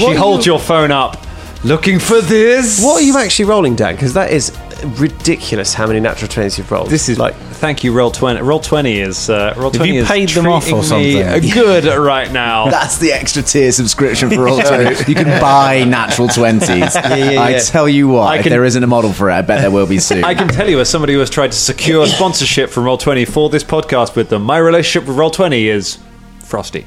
Speaker 5: She holds your phone up, looking for this.
Speaker 3: What are you actually rolling, Dan? Because that is ridiculous how many natural 20s you've rolled.
Speaker 5: This is like thank you, roll twenty. Roll twenty is uh, roll twenty.
Speaker 7: you
Speaker 5: is
Speaker 7: paid them off or
Speaker 5: treating me uh,
Speaker 7: something?
Speaker 5: Good right now.
Speaker 4: That's the extra tier subscription for all twenty. You can buy natural twenties.
Speaker 3: yeah,
Speaker 4: I
Speaker 3: yeah.
Speaker 4: tell you what,
Speaker 5: I
Speaker 4: if
Speaker 5: can-
Speaker 4: there isn't a model for it, I bet there will be soon.
Speaker 5: I can tell you, as somebody who has tried to secure sponsorship from Roll Twenty for this podcast with them, my relationship with Roll Twenty is frosty.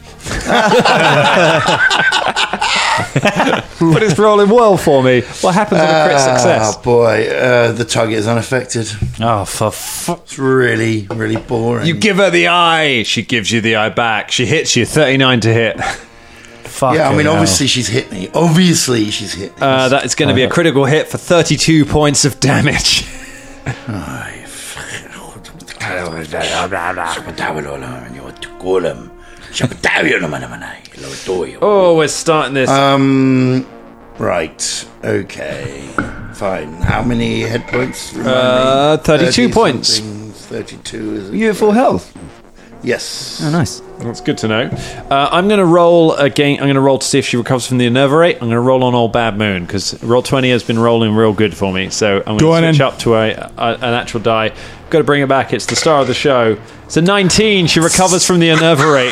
Speaker 5: but it's rolling well for me. What happens on a crit
Speaker 6: Ah,
Speaker 5: success?
Speaker 6: boy, uh, the target is unaffected.
Speaker 7: Oh, for fuck.
Speaker 6: It's really, really boring.
Speaker 5: You give her the eye. She gives you the eye back. She hits you thirty-nine to hit.
Speaker 6: yeah, I mean, obviously she's hit me. Obviously she's hit me.
Speaker 5: Uh, that is going to be a critical hit for thirty-two points of damage. Oh, we're starting this.
Speaker 6: Um, right. Okay. Fine. How many head points? Remind me.
Speaker 5: Uh, 32 points.
Speaker 6: something, Thirty-two. Is it?
Speaker 4: you have full health.
Speaker 6: Yes.
Speaker 4: Oh, nice.
Speaker 5: That's good to know. Uh, I'm going to roll again. I'm going to roll to see if she recovers from the innervate. I'm going to roll on old bad moon because roll twenty has been rolling real good for me. So I'm
Speaker 8: Go
Speaker 5: going
Speaker 8: on
Speaker 5: to switch
Speaker 8: in.
Speaker 5: up to a, a an actual die. Got to bring it back. It's the star of the show. So 19. She recovers from the innervate.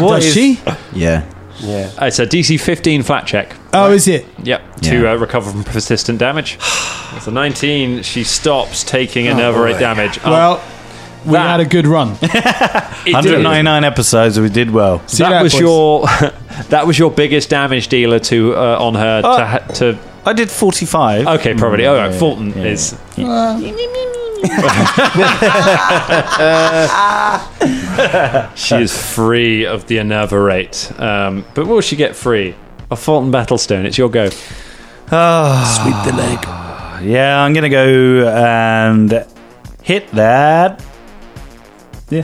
Speaker 5: what
Speaker 8: does
Speaker 5: is-
Speaker 8: she?
Speaker 4: Yeah.
Speaker 5: It's a DC 15 flat check.
Speaker 8: Oh, is it?
Speaker 5: Yep. To
Speaker 4: Yeah.
Speaker 5: uh, recover from persistent damage. So 19. She stops taking innervate
Speaker 6: boy.
Speaker 5: damage. Oh,
Speaker 8: Well, we
Speaker 5: That-
Speaker 8: had a good run.
Speaker 5: it did.
Speaker 7: 199 episodes. We did well.
Speaker 8: See you later,
Speaker 5: that was
Speaker 8: boys.
Speaker 5: your that was your biggest damage dealer to uh, on her to, ha- to
Speaker 7: I did 45.
Speaker 5: okay probably all right Fulton is she is free of the enervate um, but what will she get free a Fulton Battlestone it's your go
Speaker 7: Yeah, I'm gonna go and hit that. Yeah,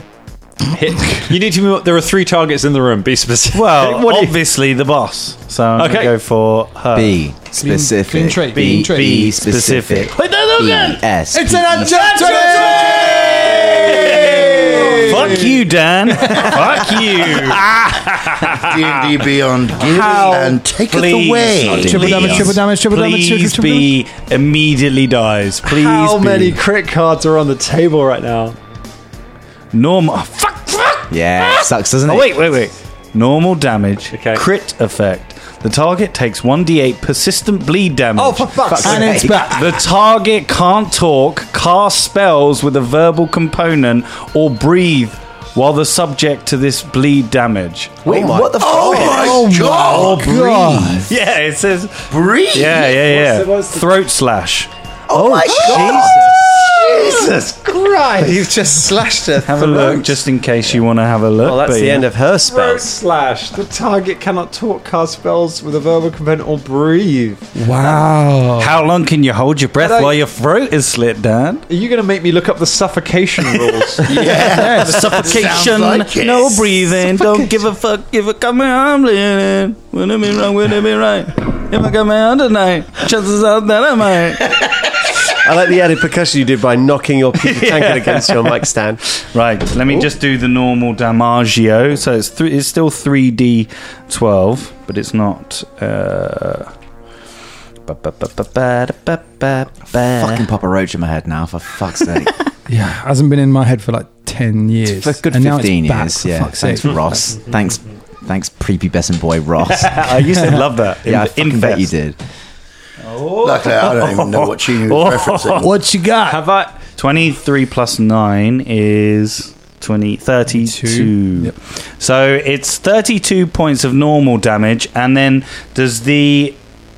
Speaker 5: Hit. You need to move up. There are three targets in the room. Be specific.
Speaker 3: Well,
Speaker 5: What do you-
Speaker 3: obviously the boss. So I'm
Speaker 5: Okay.
Speaker 3: gonna go for her.
Speaker 1: B specific.
Speaker 8: clean trait,
Speaker 1: B,
Speaker 8: clean trait.
Speaker 1: B specific.
Speaker 3: Uh, Wait, no, no,
Speaker 1: B
Speaker 3: no.
Speaker 1: S.
Speaker 8: It's an adjective!
Speaker 3: Fuck you, Dan. Fuck you.
Speaker 6: D&D Beyond gives
Speaker 3: How?
Speaker 6: and taketh
Speaker 3: Please.
Speaker 6: away.
Speaker 8: Triple damage, triple damage, triple damage, triple
Speaker 3: Please
Speaker 8: triple damage.
Speaker 3: be immediately dies. Please.
Speaker 5: How
Speaker 3: be.
Speaker 5: many crit cards are on the table right now?
Speaker 3: normal? oh, Fuck. Fuck.
Speaker 1: Yeah, it sucks, doesn't it?
Speaker 3: Oh wait, wait, wait. Normal damage.
Speaker 5: Okay.
Speaker 3: Crit effect. The target takes 1d8 persistent bleed
Speaker 4: Oh,
Speaker 3: damage.
Speaker 5: for fuck's
Speaker 8: And it's back.
Speaker 3: The target can't talk, cast spells with a verbal component, or breathe while the subject to this bleed damage.
Speaker 1: Wait, what the fuck?
Speaker 6: Oh my god!
Speaker 8: God.
Speaker 3: Yeah, it says.
Speaker 6: Breathe!
Speaker 3: Yeah, yeah, yeah. Throat slash.
Speaker 1: Oh my god!
Speaker 9: Jesus Christ!
Speaker 4: You've just slashed her.
Speaker 3: Have a look, just in case you want to have a look.
Speaker 9: Well, that's
Speaker 3: but
Speaker 9: the
Speaker 3: yeah.
Speaker 9: end of her
Speaker 5: Throat
Speaker 9: spells.
Speaker 5: slash. The target cannot talk, cast spells with a verbal component, or breathe.
Speaker 8: Wow.
Speaker 3: Oh. How long can you hold your breath
Speaker 5: But I-
Speaker 3: while your throat is slit, Dan?
Speaker 5: Are you going to make me look up the suffocation rules?
Speaker 3: Yeah, suffocation,
Speaker 6: like it.
Speaker 3: no breathing, don't give a fuck if I come out I'm bleeding. Wouldn't it be wrong, wouldn't it be right? If I come out tonight, chances are that I might.
Speaker 9: I like the added percussion you did by knocking your pizza tanker against your mic stand.
Speaker 3: Right, let me just do the normal damagio. So it's three, it's still three d twelve, but it's not. Uh, ba- ba- ba- ba- ba- da- ba- ba- ba.
Speaker 1: Fucking pop a roach in my head now, for fuck's sake.
Speaker 8: Yeah, hasn't been in my head for like 10 years.
Speaker 1: for a good
Speaker 8: and now
Speaker 1: 15
Speaker 8: it's back,
Speaker 1: years.
Speaker 8: for
Speaker 1: yeah.
Speaker 8: fuck's
Speaker 1: Thanks,
Speaker 8: sake.
Speaker 1: Ross. Thanks, thanks, prepubescent boy Ross.
Speaker 3: I used to love that.
Speaker 1: yeah, I fucking bet you
Speaker 3: Invest.
Speaker 1: did.
Speaker 6: Luckily, I don't even know what she was referencing.
Speaker 8: What you got?
Speaker 3: Have I? 23 plus 9 is 20, 32.
Speaker 8: Yep.
Speaker 3: So it's 32 points of normal damage, and then does the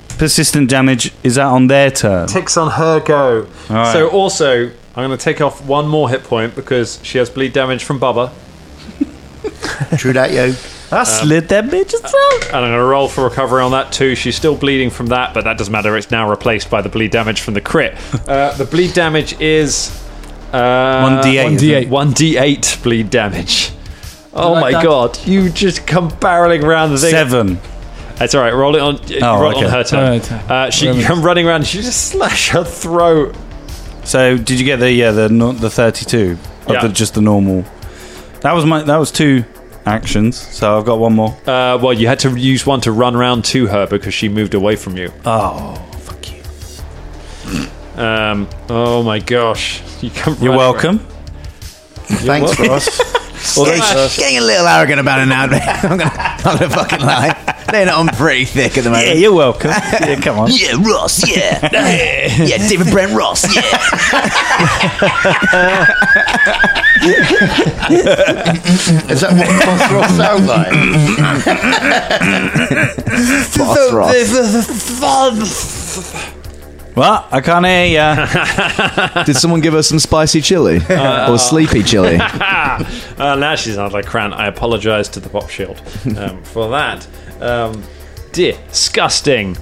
Speaker 3: persistent damage, is that on their turn?
Speaker 5: Takes on her go.
Speaker 3: right.
Speaker 5: So also, I'm going to take off one more hit point because she has bleed damage from Bubba,
Speaker 6: True that, yo.
Speaker 3: I slid that bitch as well.
Speaker 5: and I'm going to roll for recovery on that too. She's still bleeding from that, but that doesn't matter. It's now replaced by the bleed damage from the crit. Uh, the bleed damage is uh,
Speaker 3: 1d8,
Speaker 8: isn't it?
Speaker 5: 1d8. 1d8 bleed damage. Oh my god! You just come barreling around the thing.
Speaker 3: 7.
Speaker 5: It's all right. Roll it on.
Speaker 3: Oh,
Speaker 5: roll it on
Speaker 3: okay.
Speaker 5: her turn.
Speaker 8: All right.
Speaker 5: Uh, she, you come running around. She just slash her throat.
Speaker 3: So did you get the, yeah, the, no- the 32? Of
Speaker 5: Yeah.
Speaker 3: the, just the normal. That was my, that was two actions, so I've got one more.
Speaker 5: Uh, well, you had to use one to run round to her because she moved away from you.
Speaker 3: Oh, fuck you.
Speaker 5: Um, oh my gosh! You come
Speaker 3: You're
Speaker 5: running
Speaker 3: welcome.
Speaker 6: Thanks, Ross.
Speaker 1: Getting a little arrogant about it now. I'm gonna, I'm gonna fucking lie. They're not on pretty thick at the
Speaker 3: Yeah,
Speaker 1: moment.
Speaker 3: you're welcome. yeah, come on.
Speaker 1: Yeah, Ross, yeah. yeah, David Brent Ross, yeah.
Speaker 6: Is that what Ross Ross sounds like?
Speaker 1: Boss Ross.
Speaker 3: Well, I can't hear ya.
Speaker 4: Did someone give us some spicy chili
Speaker 9: Uh,
Speaker 4: or sleepy chili?
Speaker 5: around. Uh, now she sounds like Cran. I apologise to the pop shield um, for that. Um, disgusting.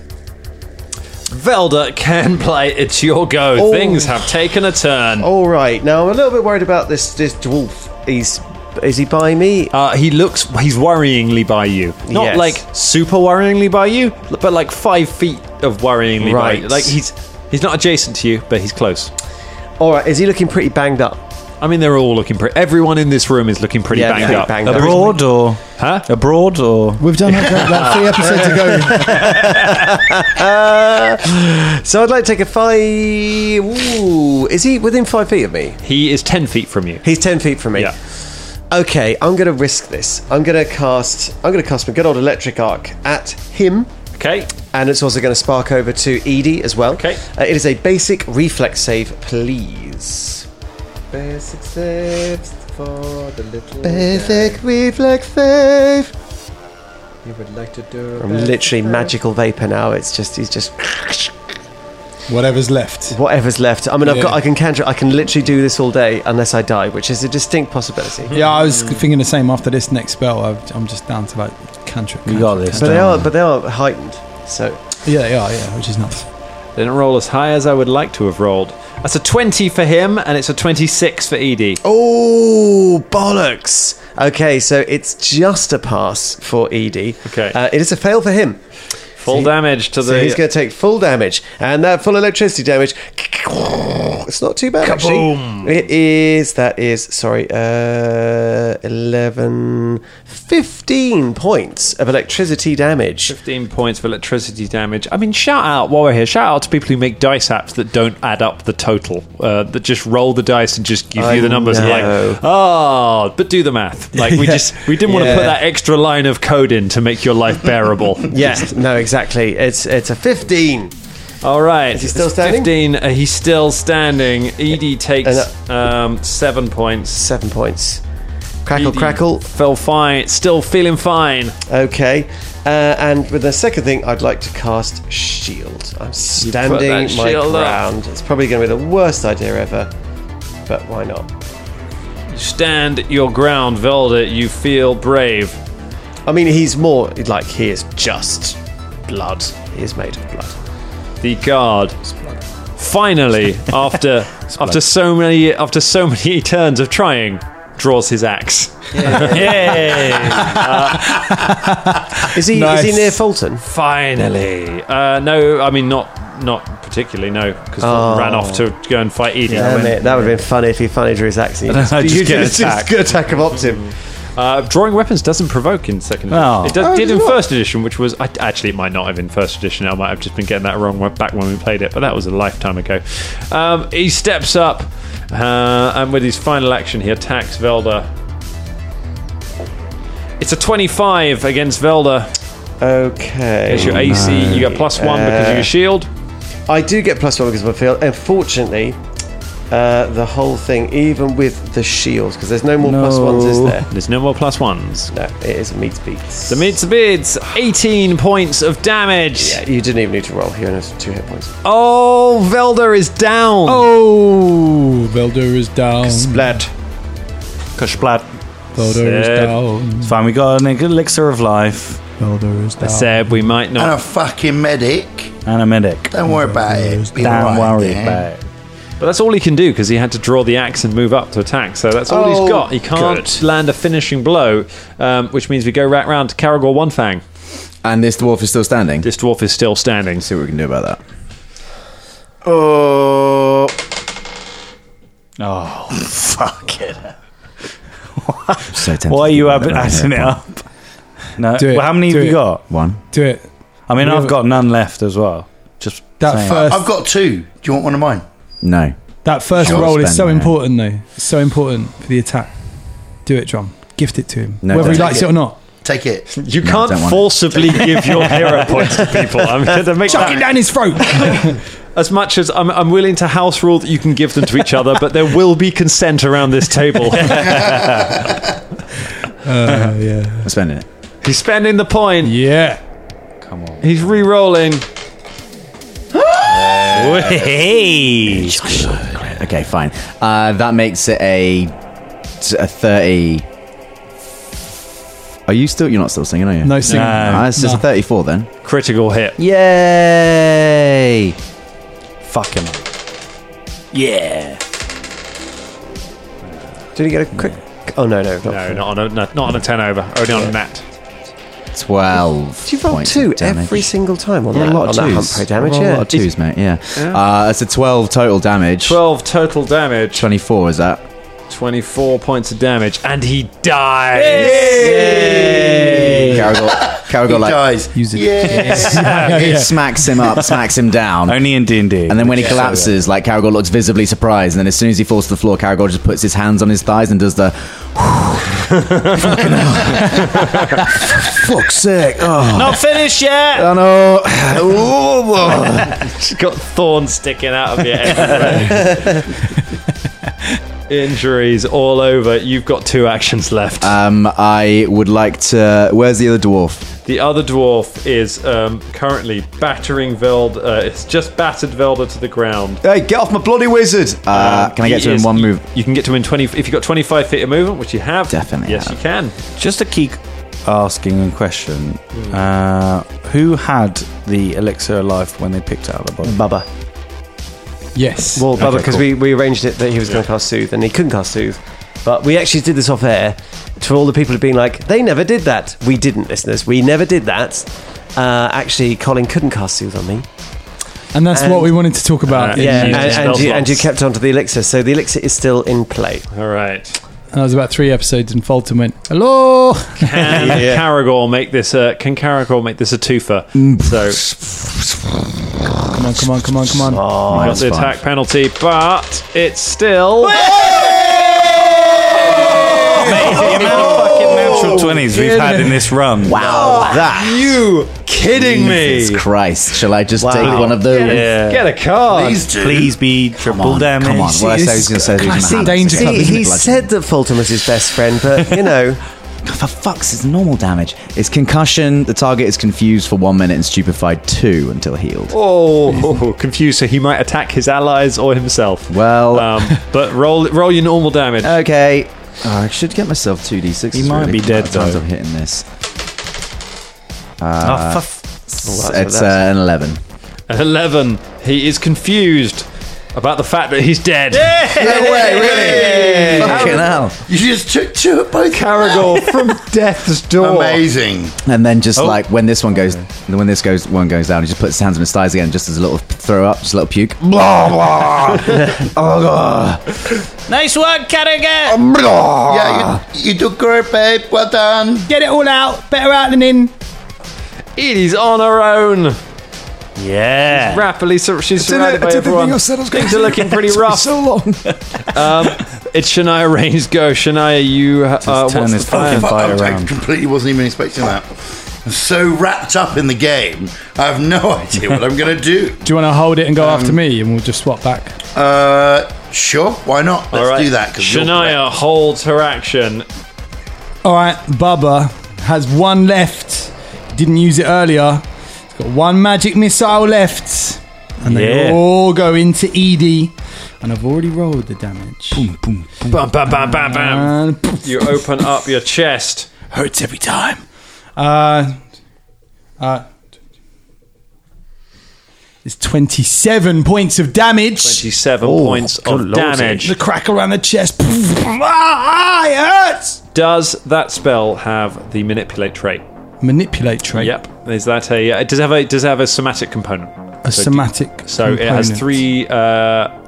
Speaker 5: Velda can play. It's your go.
Speaker 9: Oh.
Speaker 5: Things have taken a turn.
Speaker 9: All right, now I'm a little bit worried about this this dwarf. He's is he by me?
Speaker 5: Uh, he looks. He's worryingly by you. Not
Speaker 9: Yes.
Speaker 5: like super worryingly by you, but like five feet of worryingly by you.
Speaker 9: Right.
Speaker 5: Like he's he's not adjacent to you, but he's close.
Speaker 9: All right, is he looking pretty banged up?
Speaker 5: I mean, they're all looking pretty. Everyone in this room is looking pretty
Speaker 9: Yeah,
Speaker 5: banged
Speaker 9: pretty
Speaker 5: up.
Speaker 9: banged up.
Speaker 3: Abroad or
Speaker 5: Huh?
Speaker 3: abroad or
Speaker 8: We've done that like three episodes ago.
Speaker 9: So I'd like to take a five. Ooh, is he within five feet of me?
Speaker 5: He is ten feet from you.
Speaker 9: He's ten feet from me.
Speaker 5: Yeah.
Speaker 9: Okay, I'm going to risk this. I'm going to cast. I'm going to cast my good old electric arc at him.
Speaker 5: Okay.
Speaker 9: And it's also going to spark over to Edie as well.
Speaker 5: Okay.
Speaker 9: Uh, it is a basic reflex save, please. Basic saves for the little. Basic reflex save. You would like to do. I'm literally magical vapor now. It's just he's just
Speaker 8: Whatever's left.
Speaker 9: whatever's left. I mean, I've
Speaker 8: Yeah.
Speaker 9: got. I can counter. I can literally do this all day unless I die, which is a distinct possibility.
Speaker 8: Yeah, I was thinking the same. After this next spell, I've, I'm just down to like cantrip.
Speaker 3: You got
Speaker 8: cantrip,
Speaker 3: this.
Speaker 9: But they are. But they are heightened. So
Speaker 8: cantrip. Yeah, they are. Yeah, which is nice.
Speaker 5: Didn't roll as high as I would like to have rolled. That's a 20 for him, and it's a 26 for E Edie.
Speaker 9: Oh, bollocks. Okay, so it's just a pass for Edie.
Speaker 5: Okay.
Speaker 9: Uh, it is a fail for him.
Speaker 5: Full damage to
Speaker 9: So
Speaker 5: the.
Speaker 9: he's going to take full damage, and that full electricity damage. It's not too bad actually. It is that is sorry, uh, 11, 15 points of electricity damage.
Speaker 5: 15 points of electricity damage. I mean, shout out while we're here. Shout out to people who make dice apps that don't add up the total, uh, that just roll the dice and just give
Speaker 9: I
Speaker 5: you the numbers. and
Speaker 9: know.
Speaker 5: Like, oh, but do the math. Like we just we didn't want to
Speaker 9: Yeah.
Speaker 5: put that extra line of code in to make your life bearable.
Speaker 9: Yes, no, exactly. It's it's a fifteen.
Speaker 5: All right. Is
Speaker 9: he still standing?
Speaker 5: 15. Uh, he's still standing. Edie
Speaker 9: And, uh,
Speaker 5: takes um, seven points.
Speaker 9: Seven points. Crackle,
Speaker 5: Edie
Speaker 9: crackle.
Speaker 5: Fell fine. Still feeling fine.
Speaker 9: Okay. Uh, and with the second thing, I'd like to cast shield. E I'm standing
Speaker 5: that
Speaker 9: my
Speaker 5: shield E up.
Speaker 9: ground. It's probably going to be the worst idea ever, but why not?
Speaker 5: Stand your ground, Velda. You feel brave.
Speaker 9: I mean, he's more like he is just blood. He is made of blood.
Speaker 5: the guard. Finally, after after so many after so many turns of trying, draws his axe.
Speaker 9: Is he? Is he near Fulton?
Speaker 5: Finally, uh, no, I mean not not particularly no, because ran off to go and fight Edie.
Speaker 9: Damn it! That would have been funny if he finally drew his axe. and he
Speaker 3: I just
Speaker 9: you
Speaker 3: get
Speaker 9: did just
Speaker 3: attacked.
Speaker 9: good attack of Optim.
Speaker 5: Uh, drawing weapons doesn't provoke in second edition.
Speaker 3: Oh.
Speaker 5: It does, did in first edition, which was I, actually it might not have in first edition. I might have just been getting that wrong when- back when we played it, but that was a lifetime ago. Um, he steps up, uh, and with his final action, he attacks Velda. It's a 25 against Velda.
Speaker 9: Okay.
Speaker 5: It's your AC.
Speaker 9: Oh,
Speaker 5: You get plus one because
Speaker 9: Uh,
Speaker 5: of your shield.
Speaker 9: I do get plus one because of my field. Unfortunately, uh, the whole thing, even with the shields, because there's no more plus ones, is there?
Speaker 5: There's no more plus ones.
Speaker 9: No, it is meat beats.
Speaker 5: The meets the bids. 18 points of damage.
Speaker 9: Yeah, you didn't even need to roll here, and it's two hit points.
Speaker 5: Oh, Velda is down.
Speaker 8: Oh, Velder is down.
Speaker 9: Splat.
Speaker 3: Kashplat.
Speaker 8: Velder is
Speaker 5: Sad.
Speaker 8: down.
Speaker 3: It's fine. We got an elixir of life
Speaker 8: Velder is down.
Speaker 9: Oh.
Speaker 5: Said we might not
Speaker 6: And a fucking medic.
Speaker 3: and a medic.
Speaker 6: Don't worry about it. Be
Speaker 3: Don't
Speaker 6: all right
Speaker 3: worry
Speaker 6: there.
Speaker 3: about it.
Speaker 5: But that's all he can do because he had to draw the axe and move up to attack. So that's all
Speaker 9: Oh,
Speaker 5: he's got. He can't
Speaker 9: good.
Speaker 5: land a finishing blow, um, which means we go right round to Caragor One Fang.
Speaker 4: And this dwarf is still standing.
Speaker 5: This dwarf is still standing.
Speaker 4: See what we can do about that.
Speaker 9: Oh,
Speaker 3: Fuck it.
Speaker 4: So tempted
Speaker 3: Why are
Speaker 4: to
Speaker 3: you
Speaker 4: do
Speaker 3: ab-
Speaker 4: that right
Speaker 3: adding
Speaker 4: here.
Speaker 3: it up? No.
Speaker 8: Do it,
Speaker 3: Well, how many
Speaker 8: do
Speaker 3: have you
Speaker 8: it.
Speaker 3: got?
Speaker 4: One.
Speaker 8: Do it.
Speaker 3: I mean,
Speaker 8: We
Speaker 3: I've
Speaker 8: have-
Speaker 3: got none left as well. Just
Speaker 8: That
Speaker 3: saying.
Speaker 8: first,
Speaker 6: I've got two. Do you want one of mine?
Speaker 4: No.
Speaker 8: that first
Speaker 4: Sure.
Speaker 8: roll is so
Speaker 4: Spend, man.
Speaker 8: important, though. It's so important for the attack. Do it, John. Gift it to him,
Speaker 4: No,
Speaker 8: whether he
Speaker 4: don't.
Speaker 8: likes it or not.
Speaker 6: Take it.
Speaker 5: You
Speaker 4: No,
Speaker 5: can't
Speaker 4: don't want it.
Speaker 5: forcibly give your hero points to people. I'm going to make
Speaker 8: Chuck it
Speaker 5: that,
Speaker 8: down his throat.
Speaker 5: as much as I'm, I'm willing to house rule that you can give them to each other, but there will be consent around this table.
Speaker 8: uh, yeah.
Speaker 4: I'm spending it.
Speaker 5: He's spending the point.
Speaker 8: Yeah.
Speaker 5: He's re-rolling.
Speaker 4: Okay, fine. Uh, that makes it a a thirty. Are you still? You're not still singing, are you?
Speaker 8: No singing.
Speaker 4: Uh, it's just a
Speaker 8: No.
Speaker 4: thirty-four then.
Speaker 5: Critical hit.
Speaker 4: Yay!
Speaker 3: fuck him.
Speaker 9: did he get a quick? Oh no, no, not
Speaker 5: No, not on a not, not on a ten over. Only on a nat.
Speaker 4: Twelve.
Speaker 9: Do you roll
Speaker 4: points
Speaker 9: two
Speaker 4: of damage.
Speaker 9: every single time on
Speaker 4: Yeah,
Speaker 9: that
Speaker 4: a lot of
Speaker 9: on that hump
Speaker 4: twos.
Speaker 9: pro damage?
Speaker 4: I roll a
Speaker 9: Yeah,
Speaker 4: lot of twos, mate. Yeah. Uh, it's a twelve total damage.
Speaker 5: Twelve total damage.
Speaker 4: Twenty-four is that?
Speaker 5: 24 points of damage, and he dies.
Speaker 4: Caragor, Caragor
Speaker 6: He
Speaker 4: like
Speaker 6: dies.
Speaker 8: Use it.
Speaker 4: smacks him up, smacks him down.
Speaker 3: Only in D and D.
Speaker 4: And then when he collapses, like Caragor looks visibly surprised, and then as soon as he falls to the floor, Caragor just puts his hands on his thighs and does the fucking hell. Fuck's sake. Oh,
Speaker 5: Not finished yet!
Speaker 4: I know. Oh,
Speaker 5: She's got thorns sticking out of your head. Injuries all over. You've got two actions left.
Speaker 4: um, I would like to. Where's the other dwarf?
Speaker 5: the other dwarf is um, currently battering Veld. Uh, it's just battered Velda to the ground.
Speaker 4: Hey, get off my bloody wizard! Uh, can I
Speaker 5: He
Speaker 4: get to him
Speaker 5: is-
Speaker 4: in one
Speaker 5: you-
Speaker 4: move?
Speaker 5: You can get to him in 20. If you've got 25 feet of movement, which you have.
Speaker 4: Definitely
Speaker 5: Yes,
Speaker 4: have.
Speaker 5: you can.
Speaker 3: just to keep asking a question, uh, who had the elixir of life when they picked it out of the body?
Speaker 9: Bubba.
Speaker 8: Yes.
Speaker 9: Well, Bubba,
Speaker 6: Okay,
Speaker 9: because
Speaker 6: cool.
Speaker 9: we, we arranged it that he was going to cast Soothe and he couldn't cast Soothe. But we actually did this off air for all the people who've been like, they never did that. We didn't, listeners. We never did that. Uh, actually, Colin couldn't cast Soothe on me.
Speaker 8: And that's
Speaker 9: And-
Speaker 8: what we wanted to talk about. in
Speaker 9: yeah,
Speaker 8: the-
Speaker 9: and,
Speaker 5: just
Speaker 9: and,
Speaker 5: spell
Speaker 9: you, and you
Speaker 5: slots.
Speaker 9: kept onto the elixir. So the elixir is still in play.
Speaker 5: All right.
Speaker 8: and I was about three episodes and Fulton went, hello.
Speaker 5: Can Caragor make this? A, can Caragor make this a twofer? So
Speaker 8: Come on, come on, come on, come on.
Speaker 5: I got the attack penalty, but it's still
Speaker 7: the amount of fucking natural 20s we've had in this run.
Speaker 11: Wow, that.
Speaker 5: you kidding me?
Speaker 11: Jesus Christ. Shall I just take one of those?
Speaker 5: Get a card.
Speaker 6: Please do.
Speaker 7: Please be
Speaker 11: Come
Speaker 7: triple
Speaker 11: on,
Speaker 7: damage.
Speaker 11: come on. Well, I say he's going to say he's going to
Speaker 8: classic
Speaker 11: have
Speaker 8: danger
Speaker 11: six.
Speaker 8: club,
Speaker 9: He,
Speaker 8: isn't
Speaker 9: he said that Fulton was his best friend, but, you know,
Speaker 11: For fuck's it's normal damage. It's concussion. The target is confused for one minute and stupefied two until healed.
Speaker 5: Oh, confused. So he might attack his allies or himself.
Speaker 11: Well,
Speaker 5: um, but roll roll your normal damage.
Speaker 11: okay. Oh, I should get myself 2d6.
Speaker 7: He might be dead,
Speaker 11: times
Speaker 7: though.
Speaker 11: I'm hitting this. Uh,
Speaker 7: Oh, fuck.
Speaker 11: it's uh, an 11.
Speaker 5: At eleven, he is confused about the fact that he's dead.
Speaker 6: No way, really.
Speaker 11: Fucking hell.
Speaker 6: You just took two of both.
Speaker 5: Caragor from death's door.
Speaker 6: Amazing.
Speaker 11: And then
Speaker 7: Oh.
Speaker 11: just like when this one goes, when this goes, one goes down, he just puts his hands on his thighs again, just as a little throw up, just a little puke. Blah blah. oh god.
Speaker 4: Nice work, Carragher.
Speaker 11: Blah.
Speaker 6: Yeah, you, you do great, babe. Well done.
Speaker 8: Get it all out. Better out than in.
Speaker 5: It is on her own.
Speaker 7: Yeah.
Speaker 5: Rapidly, sur- she's
Speaker 8: did
Speaker 5: surrounded
Speaker 8: it- I
Speaker 5: by
Speaker 8: did the
Speaker 5: everyone.
Speaker 8: thing I said I was gonna
Speaker 5: Things are
Speaker 8: do.
Speaker 5: looking pretty rough.
Speaker 8: So long.
Speaker 5: It's Shania Rain's go. Shania, you uh, what's
Speaker 7: turn
Speaker 5: the
Speaker 7: this
Speaker 5: plan?
Speaker 7: fucking
Speaker 6: Fuck,
Speaker 7: fight
Speaker 6: I, I
Speaker 7: around.
Speaker 6: completely wasn't even expecting that. I'm so wrapped up in the game, I have no idea what I'm going to do.
Speaker 8: Do you want to hold it and go after me and we'll just swap back?
Speaker 6: Uh, sure, why not? Let's
Speaker 5: All right.
Speaker 6: do that. 'cause you're
Speaker 5: Shania holds her action.
Speaker 8: All right, Bubba has one left. Didn't use it earlier. He's got one magic missile left. And they
Speaker 7: Yeah.
Speaker 8: all go into E ED. And I've already rolled the damage.
Speaker 5: Bam, bam, bam, bam,
Speaker 7: Uh,
Speaker 5: bam.
Speaker 8: And poof,
Speaker 5: You open up your chest.
Speaker 8: hurts every time. Uh, uh, it's 27 points of damage.
Speaker 5: Twenty-seven points of damage.
Speaker 8: The crack around the chest. Poof, ah, ah, it hurts.
Speaker 5: Does that spell have the manipulate trait?
Speaker 8: Manipulate trait.
Speaker 5: Yep. Is that a? uh, Does it have a? Does it have a somatic component?
Speaker 8: A somatic.
Speaker 5: So it has
Speaker 8: component.
Speaker 5: three. Uh,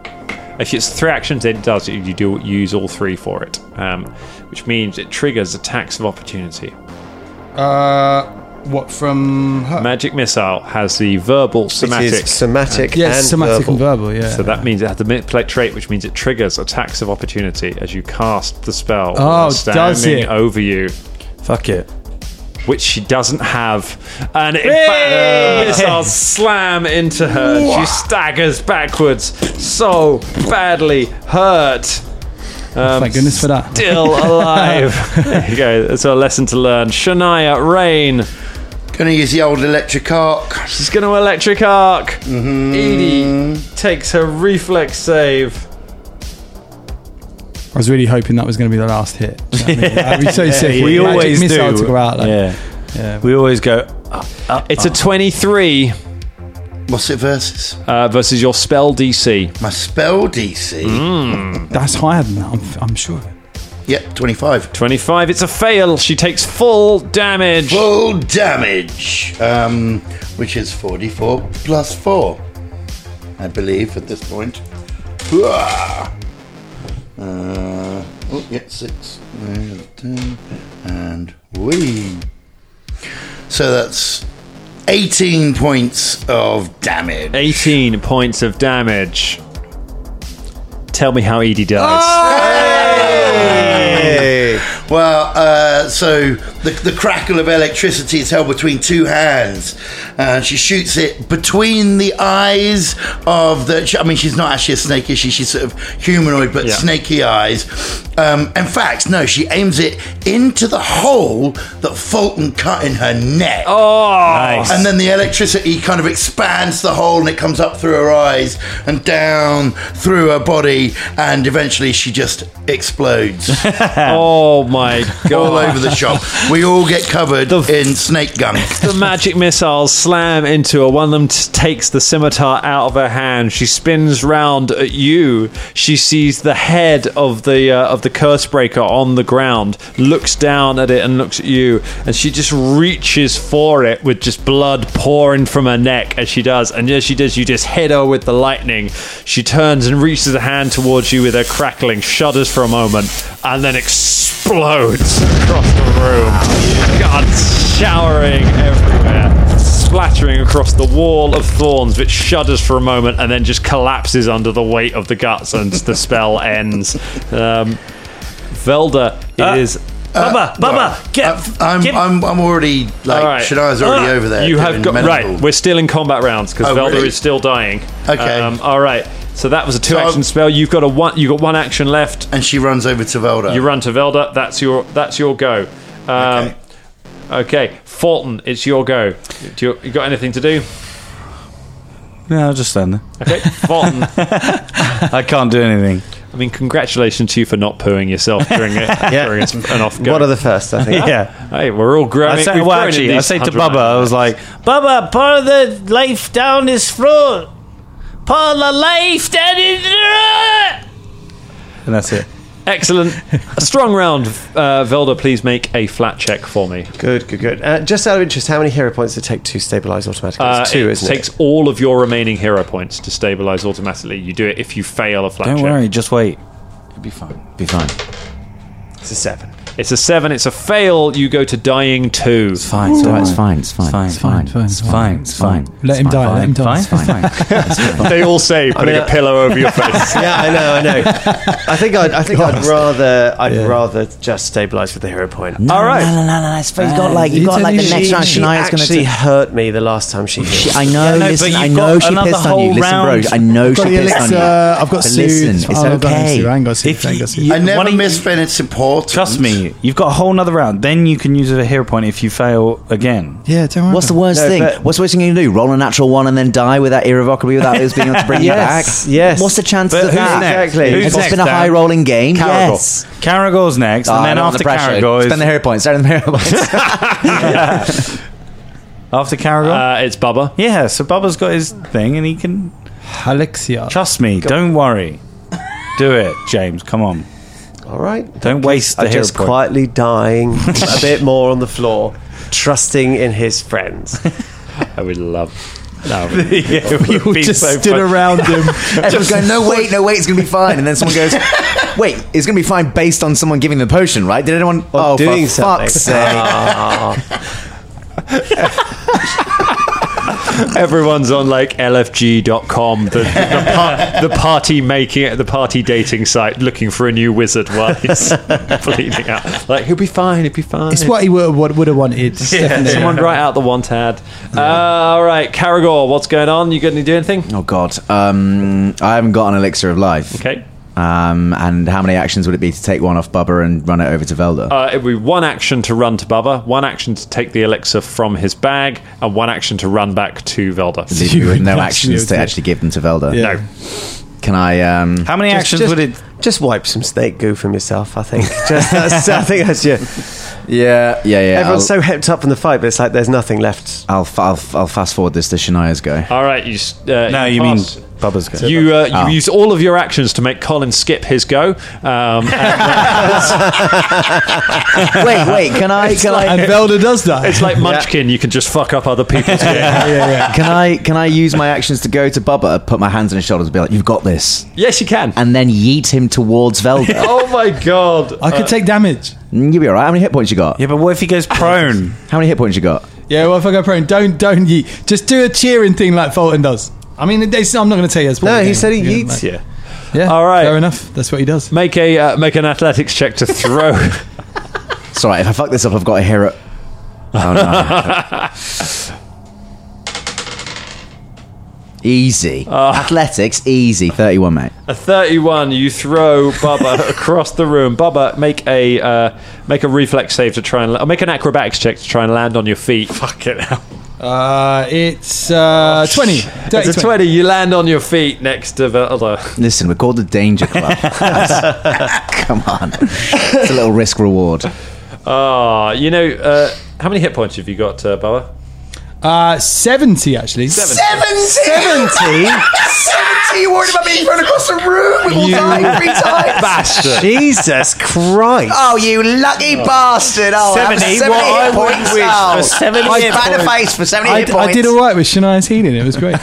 Speaker 5: if it's three actions, it does. You you do use all three for it, um, which means it triggers attacks of opportunity.
Speaker 8: Uh, what from her?
Speaker 5: Magic missile has the verbal somatic.
Speaker 9: it is somatic
Speaker 8: Yes,
Speaker 9: and
Speaker 8: somatic
Speaker 9: verbal.
Speaker 8: and verbal. Yeah.
Speaker 5: So that means it has the manipulate trait, which means it triggers attacks of opportunity as you cast the spell
Speaker 8: Oh, does
Speaker 5: standing
Speaker 8: it?
Speaker 5: over you,
Speaker 7: Fuck it.
Speaker 5: which she doesn't have. And it ba- missiles slam into her. and She staggers backwards, so badly hurt. Um,
Speaker 8: Thank goodness for that.
Speaker 5: Still alive. there you go. That's our lesson to learn. Shania Rain.
Speaker 6: Gonna use the old electric arc.
Speaker 5: She's going to electric arc. Edie takes her reflex save.
Speaker 8: I was really hoping that was going to be the last hit. Do you know what I mean? That'd be so sick.
Speaker 7: We
Speaker 8: Magic
Speaker 7: always
Speaker 8: missile
Speaker 7: do.
Speaker 8: To go out, like,
Speaker 7: yeah. We always go.
Speaker 5: It's a 23
Speaker 6: What's it versus?
Speaker 5: uh, versus your spell DC.
Speaker 6: My spell DC.
Speaker 5: Hmm?
Speaker 8: That's higher than that. I'm, I'm sure.
Speaker 6: Yep, 25.
Speaker 5: 25, it's a fail. She takes full damage.
Speaker 6: Full damage, um, which is 44 plus 4, I believe, at this point. Hooah! Uh, oh, yeah, 6, nine, 10, and we. So that's 18 points of damage.
Speaker 5: 18 points of damage. Tell me how Edie dies.
Speaker 6: Well, uh, so the, the crackle of electricity is held between two hands, and she shoots it between the eyes of the. she- I mean, she's not actually a snake, is she? She's sort of humanoid, but
Speaker 5: Yeah.
Speaker 6: snaky eyes. Um, in fact, no, she aims it into the hole that Fulton cut in her neck.
Speaker 5: Oh.
Speaker 7: Nice.
Speaker 6: And then the electricity kind of expands the hole and it comes up through her eyes and down through her body, and eventually she just explodes
Speaker 5: Oh my god.
Speaker 6: all over the shop We all get covered in snake gunk.
Speaker 5: The magic missiles slam into her. One of them t- takes the scimitar out of her hand. She spins round at you. She sees the head of the uh, of the curse breaker on the ground. Looks down at it and looks at you. And she just reaches for it with just blood pouring from her neck as she does. And as she does, you just hit her with the lightning. She turns and reaches a hand towards you with her crackling, shudders for a moment, and then explodes across the room. God showering everywhere, splattering across the wall of thorns, which shudders for a moment and then just collapses under the weight of the guts, and the spell ends. Um, Velda
Speaker 6: Uh,
Speaker 5: is.
Speaker 7: Bubba, Bubba, get,
Speaker 6: I'm,
Speaker 7: get
Speaker 6: I'm, I'm already like
Speaker 5: All right. Ah,
Speaker 6: Shania's already over there.
Speaker 5: You have
Speaker 6: doing
Speaker 5: got
Speaker 6: medical.
Speaker 5: right. We're still in combat rounds because
Speaker 6: Oh,
Speaker 5: Velda
Speaker 6: really?
Speaker 5: is still dying. Um,
Speaker 6: Okay.
Speaker 5: all right. So that was a
Speaker 6: I'm-
Speaker 5: two-action spell. You've got a one. You have got one action left.
Speaker 6: and she runs over to Velda.
Speaker 5: You run to Velda. That's your. That's your go. Um, okay. Fulton, it's your go. Do you, you got anything to do?
Speaker 7: No, I'll just stand there.
Speaker 5: Okay, Fulton.
Speaker 7: I can't do anything.
Speaker 5: I mean, congratulations to you for not pooing yourself during, a, during a, an off go.
Speaker 9: One of the first, I think.
Speaker 7: Yeah.
Speaker 5: hey, we're all growing.
Speaker 7: I say,
Speaker 5: we've
Speaker 7: well,
Speaker 5: grown in
Speaker 7: actually, I
Speaker 5: these
Speaker 7: say to
Speaker 5: 100
Speaker 7: Bubba, I was like, Bubba, pour the life down his throat. Pour the life down his throat. And that's it.
Speaker 5: excellent, a strong round. Uh, Velda, please make a flat check for me.
Speaker 9: Good, good, good. Uh, just out of interest, how many hero points does it take to stabilize automatically?
Speaker 5: Uh,
Speaker 9: it's two,
Speaker 5: it
Speaker 9: isn't
Speaker 5: takes
Speaker 9: it?
Speaker 5: all of your remaining hero points to stabilize automatically. You do it if you fail a flat
Speaker 7: Don't
Speaker 5: check.
Speaker 7: worry, just wait. It'll be fine.
Speaker 4: Be fine.
Speaker 9: It's a seven.
Speaker 5: It's a seven. It's a fail. You go to dying two.
Speaker 7: It's fine. It's,
Speaker 4: It's
Speaker 7: all
Speaker 4: alright,
Speaker 7: right,
Speaker 4: it's fine. It's fine. It's fine.
Speaker 8: fine,
Speaker 4: It's
Speaker 8: fine,
Speaker 4: fine. It's fine.
Speaker 8: Let him die. Let him die.
Speaker 4: It's fine. It's fine.
Speaker 5: They all say putting
Speaker 9: mean,
Speaker 5: a pillow over your face.
Speaker 9: yeah, I know, I know. I think I'd, I think I'd rather I'd rather just stabilize with the hero point.
Speaker 5: all right.
Speaker 4: No, no, no, no. It's fine. You've got like you've got like the next round.
Speaker 9: she
Speaker 4: Shania's gonna.
Speaker 9: actually
Speaker 4: do-
Speaker 9: hurt me the last time she.
Speaker 4: She-
Speaker 9: Healed.
Speaker 4: I know.
Speaker 7: no,
Speaker 4: listen,
Speaker 7: but
Speaker 4: I
Speaker 7: you've
Speaker 4: know
Speaker 7: got
Speaker 4: she
Speaker 7: another
Speaker 4: pissed on you.
Speaker 7: whole
Speaker 4: Listen, bro.
Speaker 7: round.
Speaker 4: I know
Speaker 8: I've got
Speaker 4: she
Speaker 8: the
Speaker 4: pissed on
Speaker 8: elixir.
Speaker 4: you.
Speaker 8: I've got
Speaker 4: But
Speaker 8: soothe.
Speaker 4: listen, it's
Speaker 8: Oh, I've got soothe. I
Speaker 4: okay.
Speaker 8: ain't got soothe.
Speaker 7: If
Speaker 8: I ain't
Speaker 7: you-
Speaker 8: got soothe.
Speaker 6: I
Speaker 7: Why
Speaker 6: never
Speaker 7: don't you-
Speaker 6: miss when it's important.
Speaker 7: Trust me, you've got a whole nother round. Then you can use it a hero point if you fail again.
Speaker 8: Yeah, don't worry.
Speaker 4: What's the worst
Speaker 9: No,
Speaker 4: thing?
Speaker 9: but-
Speaker 4: What's the worst thing you can do? Roll a natural one and then die without irrevocably without us being able to bring
Speaker 9: Yes,
Speaker 4: you back.
Speaker 9: yes.
Speaker 4: What's the chances
Speaker 7: But
Speaker 4: of
Speaker 7: who's
Speaker 4: that?
Speaker 7: next?
Speaker 9: Exactly.
Speaker 7: Who's
Speaker 4: If it's
Speaker 7: next,
Speaker 4: been a
Speaker 7: Dan?
Speaker 4: high rolling game,
Speaker 7: Caragor.
Speaker 4: yes.
Speaker 7: Caragor's next,
Speaker 4: Ah,
Speaker 7: and then
Speaker 4: I don't want
Speaker 7: after
Speaker 4: the pressure.
Speaker 7: Caragor
Speaker 4: spend the
Speaker 7: is
Speaker 4: hero points. Spend the hero points.
Speaker 7: after Caragor.
Speaker 5: Uh, it's Bubba.
Speaker 7: yeah, so Bubba's got his thing, and he can
Speaker 8: Alexia?
Speaker 7: trust me. Don't worry. Do it, James. Come on.
Speaker 9: All right.
Speaker 7: Don't waste the
Speaker 9: I'm
Speaker 7: hero
Speaker 9: just
Speaker 7: point.
Speaker 9: quietly dying a bit more on the floor, trusting in his friends.
Speaker 5: I would love. No,
Speaker 7: yeah, we
Speaker 8: Just stood around him.
Speaker 4: Everyone's going, no, wait, no, wait, it's going to be fine. And then someone goes, wait, it's going to be fine based on someone giving the potion, right? Did anyone. oh,
Speaker 9: doing
Speaker 4: for fuck's
Speaker 9: something. Oh,
Speaker 4: sake.
Speaker 5: Everyone's on like lfg.com, the, the, par- the party making it, the party dating site, looking for a new wizard while he's bleeding out. Like, he'll be fine, he'll be fine.
Speaker 8: It's what he would, would, would have wanted. definitely.
Speaker 5: Someone write out the want ad. Uh, all right, Caragor, what's going on? You going to do anything?
Speaker 4: Oh, God. Um, I haven't got an elixir of life.
Speaker 5: Okay.
Speaker 4: Um, and how many actions would it be to take one off Bubba and run it over to Velda?
Speaker 5: Uh, it would be one action to run to Bubba, one action to take the elixir from his bag, and one action to run back to Velda.
Speaker 4: Leave me with
Speaker 8: you
Speaker 4: no
Speaker 8: would
Speaker 4: actions to
Speaker 8: absolutely-
Speaker 4: actually give them to Velda.
Speaker 8: Yeah.
Speaker 4: Can I? Um,
Speaker 7: How many actions
Speaker 9: just,
Speaker 7: would it?
Speaker 9: Just wipe some snake goo from yourself. I think. Just that's, I think that's your.
Speaker 4: yeah, yeah, yeah.
Speaker 9: Everyone's
Speaker 4: I'll,
Speaker 9: so hepped up in the fight, but it's like there's nothing left.
Speaker 4: I'll, fa- I'll, fa- I'll fast forward this to Shania's go.
Speaker 5: All right, you. s- Uh,
Speaker 7: No, you mean
Speaker 5: pass.
Speaker 7: Bubba's go. Ah.
Speaker 5: You, uh, you use all of your actions to make Colin skip his go. Um,
Speaker 4: wait, wait. Can I? Can
Speaker 8: and
Speaker 4: I?
Speaker 8: Velda does that.
Speaker 5: It's like Munchkin, you can just fuck up other people's game.
Speaker 4: Can I? Can I use my actions to go to Bubba, put my hands on his shoulders, and be like, "You've got this,"
Speaker 5: yes, you can.
Speaker 4: and then yeet him towards Velda?
Speaker 5: oh my god.
Speaker 8: I could take damage.
Speaker 4: Mm, You'll be all right. How many hit points you got?
Speaker 7: Yeah, but what if he goes prone?
Speaker 4: How many hit points you got?
Speaker 8: Yeah, well, if I go prone, don't don't yeet. Just do a cheering thing like Fulton does. I mean, it's, I'm not going to tell you. It's
Speaker 9: No,
Speaker 8: probably
Speaker 9: he
Speaker 8: game.
Speaker 9: said he
Speaker 8: Yeah,
Speaker 9: yeets
Speaker 8: like-
Speaker 9: you.
Speaker 8: Yeah,
Speaker 5: All right.
Speaker 8: fair enough. That's what he does.
Speaker 5: Make a uh, make an athletics check to throw.
Speaker 4: It's all right. If I fuck this up, I've got a hero. Oh no. Easy. Athletics, easy. 31, mate.
Speaker 5: a thirty-one. You throw Bubba across the room. Bubba, make a uh, make a reflex save to try and la- make an acrobatics check to try and land on your feet. Fuck it.
Speaker 8: Uh, it's uh, 20.
Speaker 5: It's a twenty. You land on your feet next to the other.
Speaker 4: Listen, we're called the Danger Club. Come on. It's a little risk reward.
Speaker 5: Ah, you know, uh, how many hit points have you got, uh, Bella?
Speaker 8: Uh, 70, actually. Seven.
Speaker 5: 70?
Speaker 6: 70? You worried about being thrown across the room with all
Speaker 5: You
Speaker 6: time three times?
Speaker 5: Bastard.
Speaker 9: Jesus Christ.
Speaker 6: Oh, you lucky bastard! Oh, 70,
Speaker 7: 70,
Speaker 6: 70
Speaker 7: what I
Speaker 6: hit
Speaker 7: would
Speaker 6: points.
Speaker 7: wish
Speaker 6: oh,
Speaker 7: for 70
Speaker 6: I
Speaker 7: hit
Speaker 6: banged a
Speaker 7: points.
Speaker 6: face for 70
Speaker 8: I,
Speaker 6: hit
Speaker 8: I
Speaker 6: points.
Speaker 8: did all right with Shania's healing. It was great.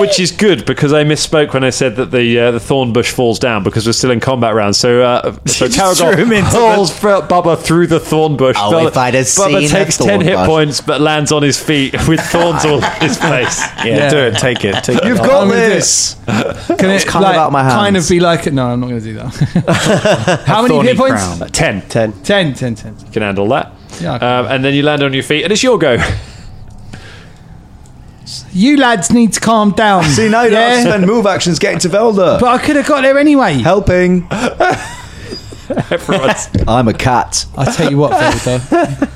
Speaker 5: Which is good because I misspoke when I said that the uh, the thorn bush falls down because we're still in combat round. So uh, so Caragol hurls Fr- Bubba through the thorn bush.
Speaker 1: Oh,
Speaker 5: Bubba,
Speaker 1: if I'd have
Speaker 5: Bubba
Speaker 1: seen
Speaker 5: takes
Speaker 1: the
Speaker 5: ten
Speaker 1: thorn
Speaker 5: hit
Speaker 1: bush.
Speaker 5: points but lands on his feet with thorns all over his face.
Speaker 7: Yeah, do it. Take it. Take
Speaker 8: You've
Speaker 7: it.
Speaker 8: got this. Can
Speaker 11: kind
Speaker 8: it
Speaker 11: of
Speaker 8: like,
Speaker 11: out my
Speaker 8: kind
Speaker 11: hands.
Speaker 8: of be like? No, I'm not going to do that. How many
Speaker 7: Thorny
Speaker 8: hit points?
Speaker 1: Um,
Speaker 7: crown.
Speaker 5: Uh, Ten.
Speaker 9: 10.
Speaker 8: Ten, ten, ten.
Speaker 5: You can handle that.
Speaker 8: Yeah, I can.
Speaker 5: Um, and then you land on your feet and it's your go.
Speaker 8: You lads need to calm down.
Speaker 4: See, now you don't have
Speaker 8: Yeah?
Speaker 4: to spend move actions getting to Velda.
Speaker 8: But I could have got there anyway.
Speaker 4: Helping.
Speaker 5: Everyone's
Speaker 4: I'm a cat.
Speaker 8: I tell you what, Velda.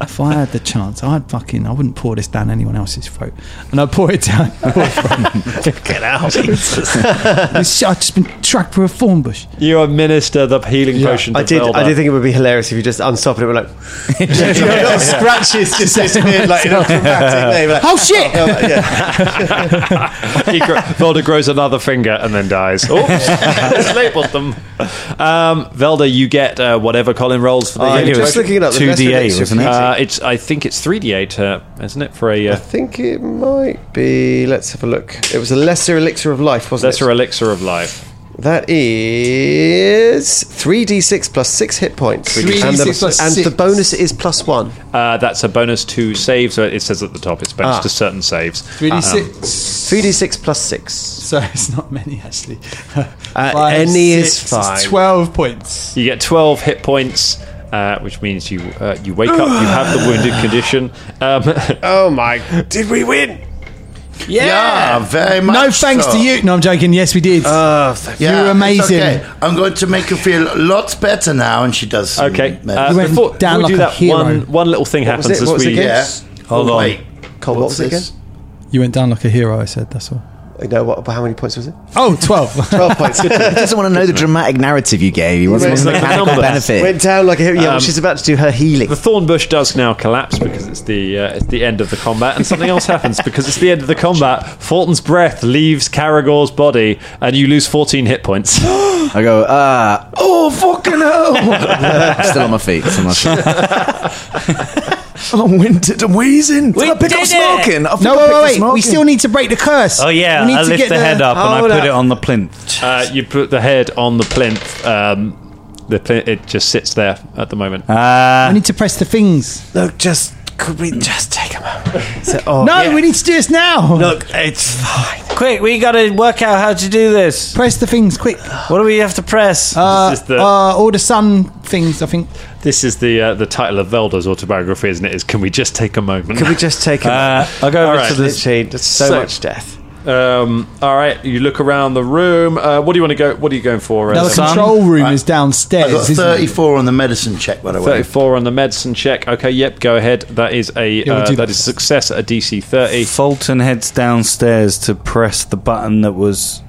Speaker 8: if I had the chance, I'd fucking I wouldn't pour this down anyone else's throat, and I'd pour it down.
Speaker 9: Get out.
Speaker 8: It's- I've just been tracked through a thorn bush.
Speaker 5: You administer the healing potion. To
Speaker 9: I did.
Speaker 5: Velda.
Speaker 9: I do think it would be hilarious if you just unstop it. We're like, little scratches just disappeared like in a dramatic way. We're like,
Speaker 7: uh,
Speaker 8: Oh shit!
Speaker 9: oh, yeah.
Speaker 5: he gr- Velda grows another finger and then dies. Oops, it's labelled them. Um, Velda, you get uh, whatever Colin rolls for the.
Speaker 9: I'm
Speaker 5: healing
Speaker 9: just
Speaker 5: potion.
Speaker 9: looking Oh, it up. The
Speaker 7: 2D8,
Speaker 9: best predictor
Speaker 7: wasn't it?
Speaker 9: for
Speaker 5: Uh, it's. I think it's three d eight, uh, isn't it? For a
Speaker 9: I
Speaker 5: uh,
Speaker 9: think it might be. Let's have a look. It was a lesser elixir of life, wasn't
Speaker 5: lesser
Speaker 9: it?
Speaker 5: elixir of life.
Speaker 9: That is three d six plus six hit points,
Speaker 8: 3d6
Speaker 9: and, the,
Speaker 8: plus
Speaker 9: and the
Speaker 8: six.
Speaker 9: bonus is plus one.
Speaker 5: Uh, that's a bonus to saves. So it says at the top, it's bonus
Speaker 9: Ah.
Speaker 5: to certain saves.
Speaker 8: Three
Speaker 7: uh,
Speaker 8: d six.
Speaker 9: Three d six plus six.
Speaker 8: So it's not many actually.
Speaker 9: Uh,
Speaker 8: Five,
Speaker 9: any is
Speaker 8: six,
Speaker 9: fine.
Speaker 8: Twelve points.
Speaker 5: You get twelve hit points. Uh, which means you uh, you wake up, you have the wounded condition. Um,
Speaker 9: Oh my! Did we win?
Speaker 6: Yeah, very much.
Speaker 8: No thanks
Speaker 6: so.
Speaker 8: to you. No, I'm joking. Yes, we did.
Speaker 7: Uh,
Speaker 6: Yeah,
Speaker 8: You're
Speaker 6: it's
Speaker 8: amazing.
Speaker 6: Okay. I'm going to make her feel lots better now, and she does. some
Speaker 5: okay,
Speaker 6: med-
Speaker 5: uh,
Speaker 8: You went
Speaker 5: before,
Speaker 8: down
Speaker 5: before we do
Speaker 8: like a
Speaker 5: that,
Speaker 8: hero.
Speaker 5: one one little thing
Speaker 9: was
Speaker 5: happens
Speaker 9: it? What
Speaker 5: as
Speaker 9: was it
Speaker 5: we
Speaker 9: again?
Speaker 6: yeah.
Speaker 9: Hold
Speaker 6: oh,
Speaker 9: on.
Speaker 6: Wait.
Speaker 9: Cole, what was it
Speaker 6: this?
Speaker 8: You went down like a hero. I said that's all.
Speaker 9: No, what? How many points was it?
Speaker 8: Oh, 12.
Speaker 9: Twelve points.
Speaker 4: He doesn't want to know the dramatic narrative you gave. He wants
Speaker 9: Wait,
Speaker 4: wants the
Speaker 5: like the
Speaker 4: mechanical
Speaker 5: numbers.
Speaker 4: benefit.
Speaker 9: Went down like a hero. Yeah, well, she's about to do her healing.
Speaker 5: The thorn bush does now collapse because it's the uh, it's the end of the combat, and something else happens because it's the end of the combat. Fulton's breath leaves Caragor's body, and you lose 14 hit points.
Speaker 4: I go, ah, oh, fucking hell. I'm still on my feet. Still on my feet. I'm winded and wheezing. Did I pick up smoking? I think
Speaker 8: no,
Speaker 4: I picked up
Speaker 8: wait, wait, wait.
Speaker 4: smoking.
Speaker 8: We still need to break the curse.
Speaker 7: Oh yeah,
Speaker 8: we need
Speaker 7: I
Speaker 8: to
Speaker 7: lift
Speaker 8: get
Speaker 7: the head up
Speaker 9: Hold
Speaker 7: and I put
Speaker 9: up.
Speaker 7: it on the plinth.
Speaker 5: Uh, you put the head on the plinth. Um, the plinth, it just sits there at the moment.
Speaker 8: I need to press the things.
Speaker 9: No, just could we just take a moment? So, oh,
Speaker 8: No,
Speaker 9: yeah.
Speaker 8: we need to do this now.
Speaker 7: Uh,
Speaker 9: Look, it's fine.
Speaker 7: Quick, we gotta work out how to do this.
Speaker 8: Press the things quick.
Speaker 7: What do we have to press?
Speaker 8: Uh,
Speaker 5: This is the-
Speaker 8: uh, all the sun things, I think.
Speaker 5: This is the uh, the title of Velda's autobiography, isn't it? Is can we just take a moment?
Speaker 9: Could we just take a moment?
Speaker 7: I'll go
Speaker 5: all
Speaker 7: over
Speaker 5: right.
Speaker 7: to
Speaker 9: There's
Speaker 7: this.
Speaker 9: so,
Speaker 5: So-
Speaker 9: much death.
Speaker 5: um, all right, you look around the room. Uh, what do you want to go? What are you going for?
Speaker 8: Now
Speaker 5: Uh,
Speaker 8: the control room is downstairs.
Speaker 6: I got
Speaker 8: isn't it?
Speaker 6: 34 on the medicine check, by the way.
Speaker 5: 34 on the medicine check. Okay, yep, go ahead. That is a
Speaker 8: we'll
Speaker 5: uh,
Speaker 8: do
Speaker 5: that
Speaker 8: that.
Speaker 5: is success at a DC 30.
Speaker 7: Fulton heads downstairs to press the button that was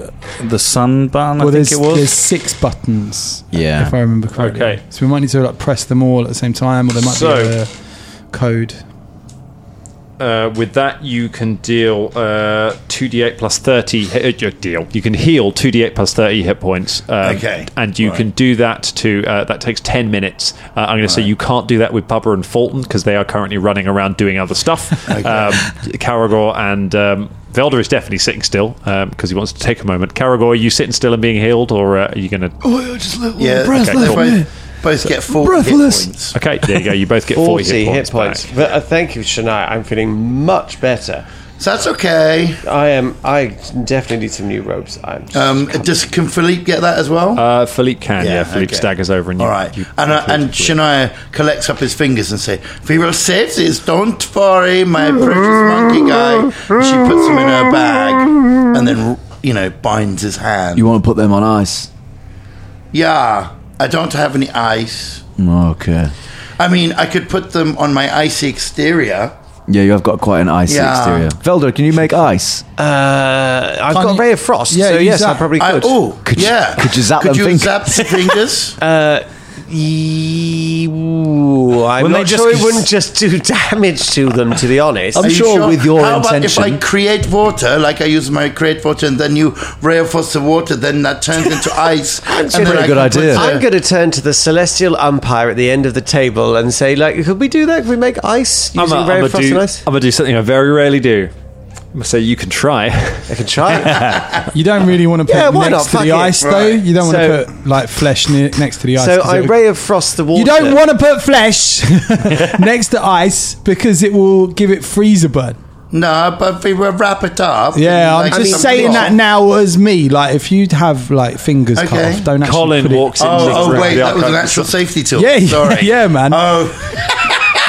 Speaker 7: uh, the sun button.
Speaker 8: Well,
Speaker 7: I think
Speaker 8: there's,
Speaker 7: it
Speaker 8: there's
Speaker 7: was.
Speaker 8: six buttons,
Speaker 4: Yeah.
Speaker 8: if I remember correctly.
Speaker 5: Okay.
Speaker 8: So we might need to like press them all at the same time, or there might
Speaker 5: So-
Speaker 8: be a uh, code.
Speaker 5: Uh, with that, you can deal uh, 2d8 plus 30. Hit, uh, deal. You can heal 2d8 plus 30 hit points. um,
Speaker 6: Okay.
Speaker 5: And you
Speaker 6: Right.
Speaker 5: can do that to. Uh, that takes 10 minutes. Uh, I'm going to say you can't do that with Bubba and Fulton because they are currently running around doing other stuff. Um, Caragor and. Um, Velda is definitely sitting still because he wants to take a moment. Caragor, are you sitting still and being healed, or uh, are you going to?
Speaker 6: yeah,
Speaker 5: breath okay, left, cool.
Speaker 6: both, both get 40 hit
Speaker 8: Breathless.
Speaker 6: points.
Speaker 5: Okay, there you go. You both get 40,
Speaker 9: 40, hit points.
Speaker 5: back.
Speaker 9: But, uh, thank you, Shania. I'm feeling much better.
Speaker 6: So that's okay.
Speaker 9: I am. I definitely need some new robes. I'm. Just,
Speaker 6: Um, does can Philippe get that as well?
Speaker 5: Uh, Philippe can, yeah. Philippe
Speaker 6: okay.
Speaker 5: staggers over and you.
Speaker 6: All right.
Speaker 5: you-
Speaker 6: and uh, and Shania collects up his fingers and says, We will save this. Don't worry, my precious monkey guy. And she puts him in her bag and then, you know, binds his hand.
Speaker 4: You want to put them on ice?
Speaker 6: yeah, I don't have any ice.
Speaker 4: Okay.
Speaker 6: I mean, I could put them on my icy exterior.
Speaker 11: Yeah, you have got quite an icy
Speaker 6: Yeah.
Speaker 11: exterior. Velder, can you make ice?
Speaker 9: Uh, I've got a ray of frost,
Speaker 8: Yeah,
Speaker 9: so
Speaker 8: use
Speaker 9: yes, I
Speaker 8: that.
Speaker 9: probably
Speaker 6: I,
Speaker 9: could.
Speaker 6: oh,
Speaker 11: Could you-
Speaker 6: yeah.
Speaker 11: could you zap
Speaker 6: could
Speaker 11: them
Speaker 6: you
Speaker 11: fingers?
Speaker 6: zap some fingers?
Speaker 9: Ye- ooh, I'm
Speaker 7: Wouldn't they
Speaker 9: not
Speaker 7: just
Speaker 9: sure it
Speaker 7: cons-
Speaker 9: wouldn't just do damage to them, to be honest.
Speaker 6: Are you
Speaker 11: sure with your
Speaker 6: How about if I
Speaker 11: intention-
Speaker 6: create water, like I use my create water, and then you ray of frost the water, then that turns into ice. and then
Speaker 9: Pretty
Speaker 6: I
Speaker 11: good
Speaker 6: can put uh,
Speaker 11: idea.
Speaker 6: the-
Speaker 9: I'm going to turn to the celestial umpire at the end of the table and say, like, could we do that? Could we make ice
Speaker 5: I'm
Speaker 9: using
Speaker 5: a-
Speaker 9: ray
Speaker 5: I'm
Speaker 9: of frost and
Speaker 5: gonna
Speaker 9: ice?
Speaker 5: do, I'm gonna do something I very rarely do. I'm gonna say you can try.
Speaker 9: I can try.
Speaker 8: You don't really want to put
Speaker 9: Yeah, why
Speaker 8: next
Speaker 9: not?
Speaker 8: to
Speaker 9: Fuck
Speaker 8: the
Speaker 9: it.
Speaker 8: ice, though.
Speaker 9: Right.
Speaker 8: You don't
Speaker 9: So-
Speaker 8: want to put like flesh ne- next to the ice.
Speaker 9: so
Speaker 8: 'cause
Speaker 9: I
Speaker 8: it would-
Speaker 9: ray of frost the water.
Speaker 8: you don't want to put flesh next to ice because it will give it freezer burn.
Speaker 6: No, but we will wrap it up.
Speaker 8: Yeah, I'm
Speaker 6: Like
Speaker 8: just
Speaker 6: some
Speaker 8: saying
Speaker 6: cloth.
Speaker 8: that now as me. Like, if you have like fingers cut
Speaker 6: Okay.
Speaker 8: off, don't actually.
Speaker 5: Colin
Speaker 8: put it-
Speaker 5: walks in.
Speaker 6: Oh,
Speaker 5: the
Speaker 6: oh
Speaker 5: room.
Speaker 6: wait,
Speaker 5: The
Speaker 6: that was an
Speaker 5: archive-
Speaker 6: actual safety tool.
Speaker 8: Yeah,
Speaker 6: Sorry.
Speaker 8: yeah, man.
Speaker 6: Oh,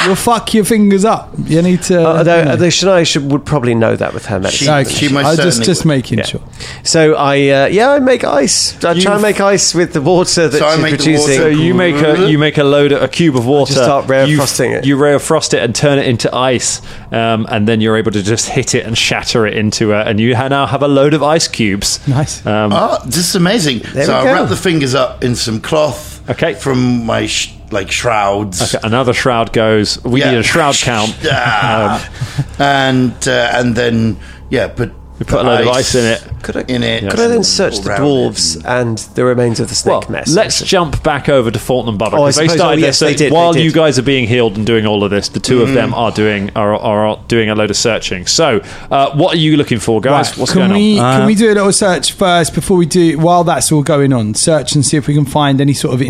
Speaker 8: You'll fuck your fingers up. You need
Speaker 9: Uh,
Speaker 8: to. you know.
Speaker 9: though, though Shania should, would probably know that with her medicine.
Speaker 6: she,
Speaker 8: Okay.
Speaker 6: she most
Speaker 8: I just
Speaker 6: certainly
Speaker 8: just
Speaker 6: would.
Speaker 8: making sure.
Speaker 9: So I, uh, yeah, I make ice. I try and make ice with the water that
Speaker 6: So I
Speaker 9: she's
Speaker 6: make the
Speaker 9: producing.
Speaker 5: So
Speaker 6: water.
Speaker 5: you make a you make a load of, a cube of water.
Speaker 9: start rare
Speaker 5: you,
Speaker 9: frosting it.
Speaker 5: You rare frost it and turn it into ice, um, and then you're able to just hit it and shatter it into a. And you ha- now have a load of ice cubes.
Speaker 8: Nice.
Speaker 5: Um,
Speaker 6: Oh, this is amazing. so
Speaker 9: we
Speaker 6: I
Speaker 9: go.
Speaker 6: wrap the fingers up in some cloth.
Speaker 5: Okay.
Speaker 6: From my sh- like shrouds.
Speaker 5: okay, another shroud goes. We
Speaker 6: Yeah.
Speaker 5: need a shroud count. Um,
Speaker 6: Ah. and uh, and then yeah, put
Speaker 5: We put a load of ice in it.
Speaker 9: Could I,
Speaker 6: in it.
Speaker 9: Could I then
Speaker 6: and
Speaker 9: search the
Speaker 6: round it
Speaker 9: dwarves
Speaker 6: and-
Speaker 9: and the remains of the snake
Speaker 5: Well,
Speaker 9: mess?
Speaker 5: let's jump back over to Fortnum Bubba
Speaker 9: Oh, I
Speaker 5: because they
Speaker 9: suppose-
Speaker 5: started
Speaker 9: oh,
Speaker 5: their
Speaker 9: yes, they
Speaker 5: search-
Speaker 9: did, they
Speaker 5: while
Speaker 9: did. Mm-hmm.
Speaker 5: you guys are being healed and doing all of this. The 2 of them are doing are, are doing a load of searching. So, uh, what are you looking for, guys?
Speaker 8: Right,
Speaker 5: What's
Speaker 8: can
Speaker 5: going on?
Speaker 8: we,
Speaker 6: Uh,
Speaker 8: Can we do a little search first before we do, while that's all going on, search and see if we can find any sort of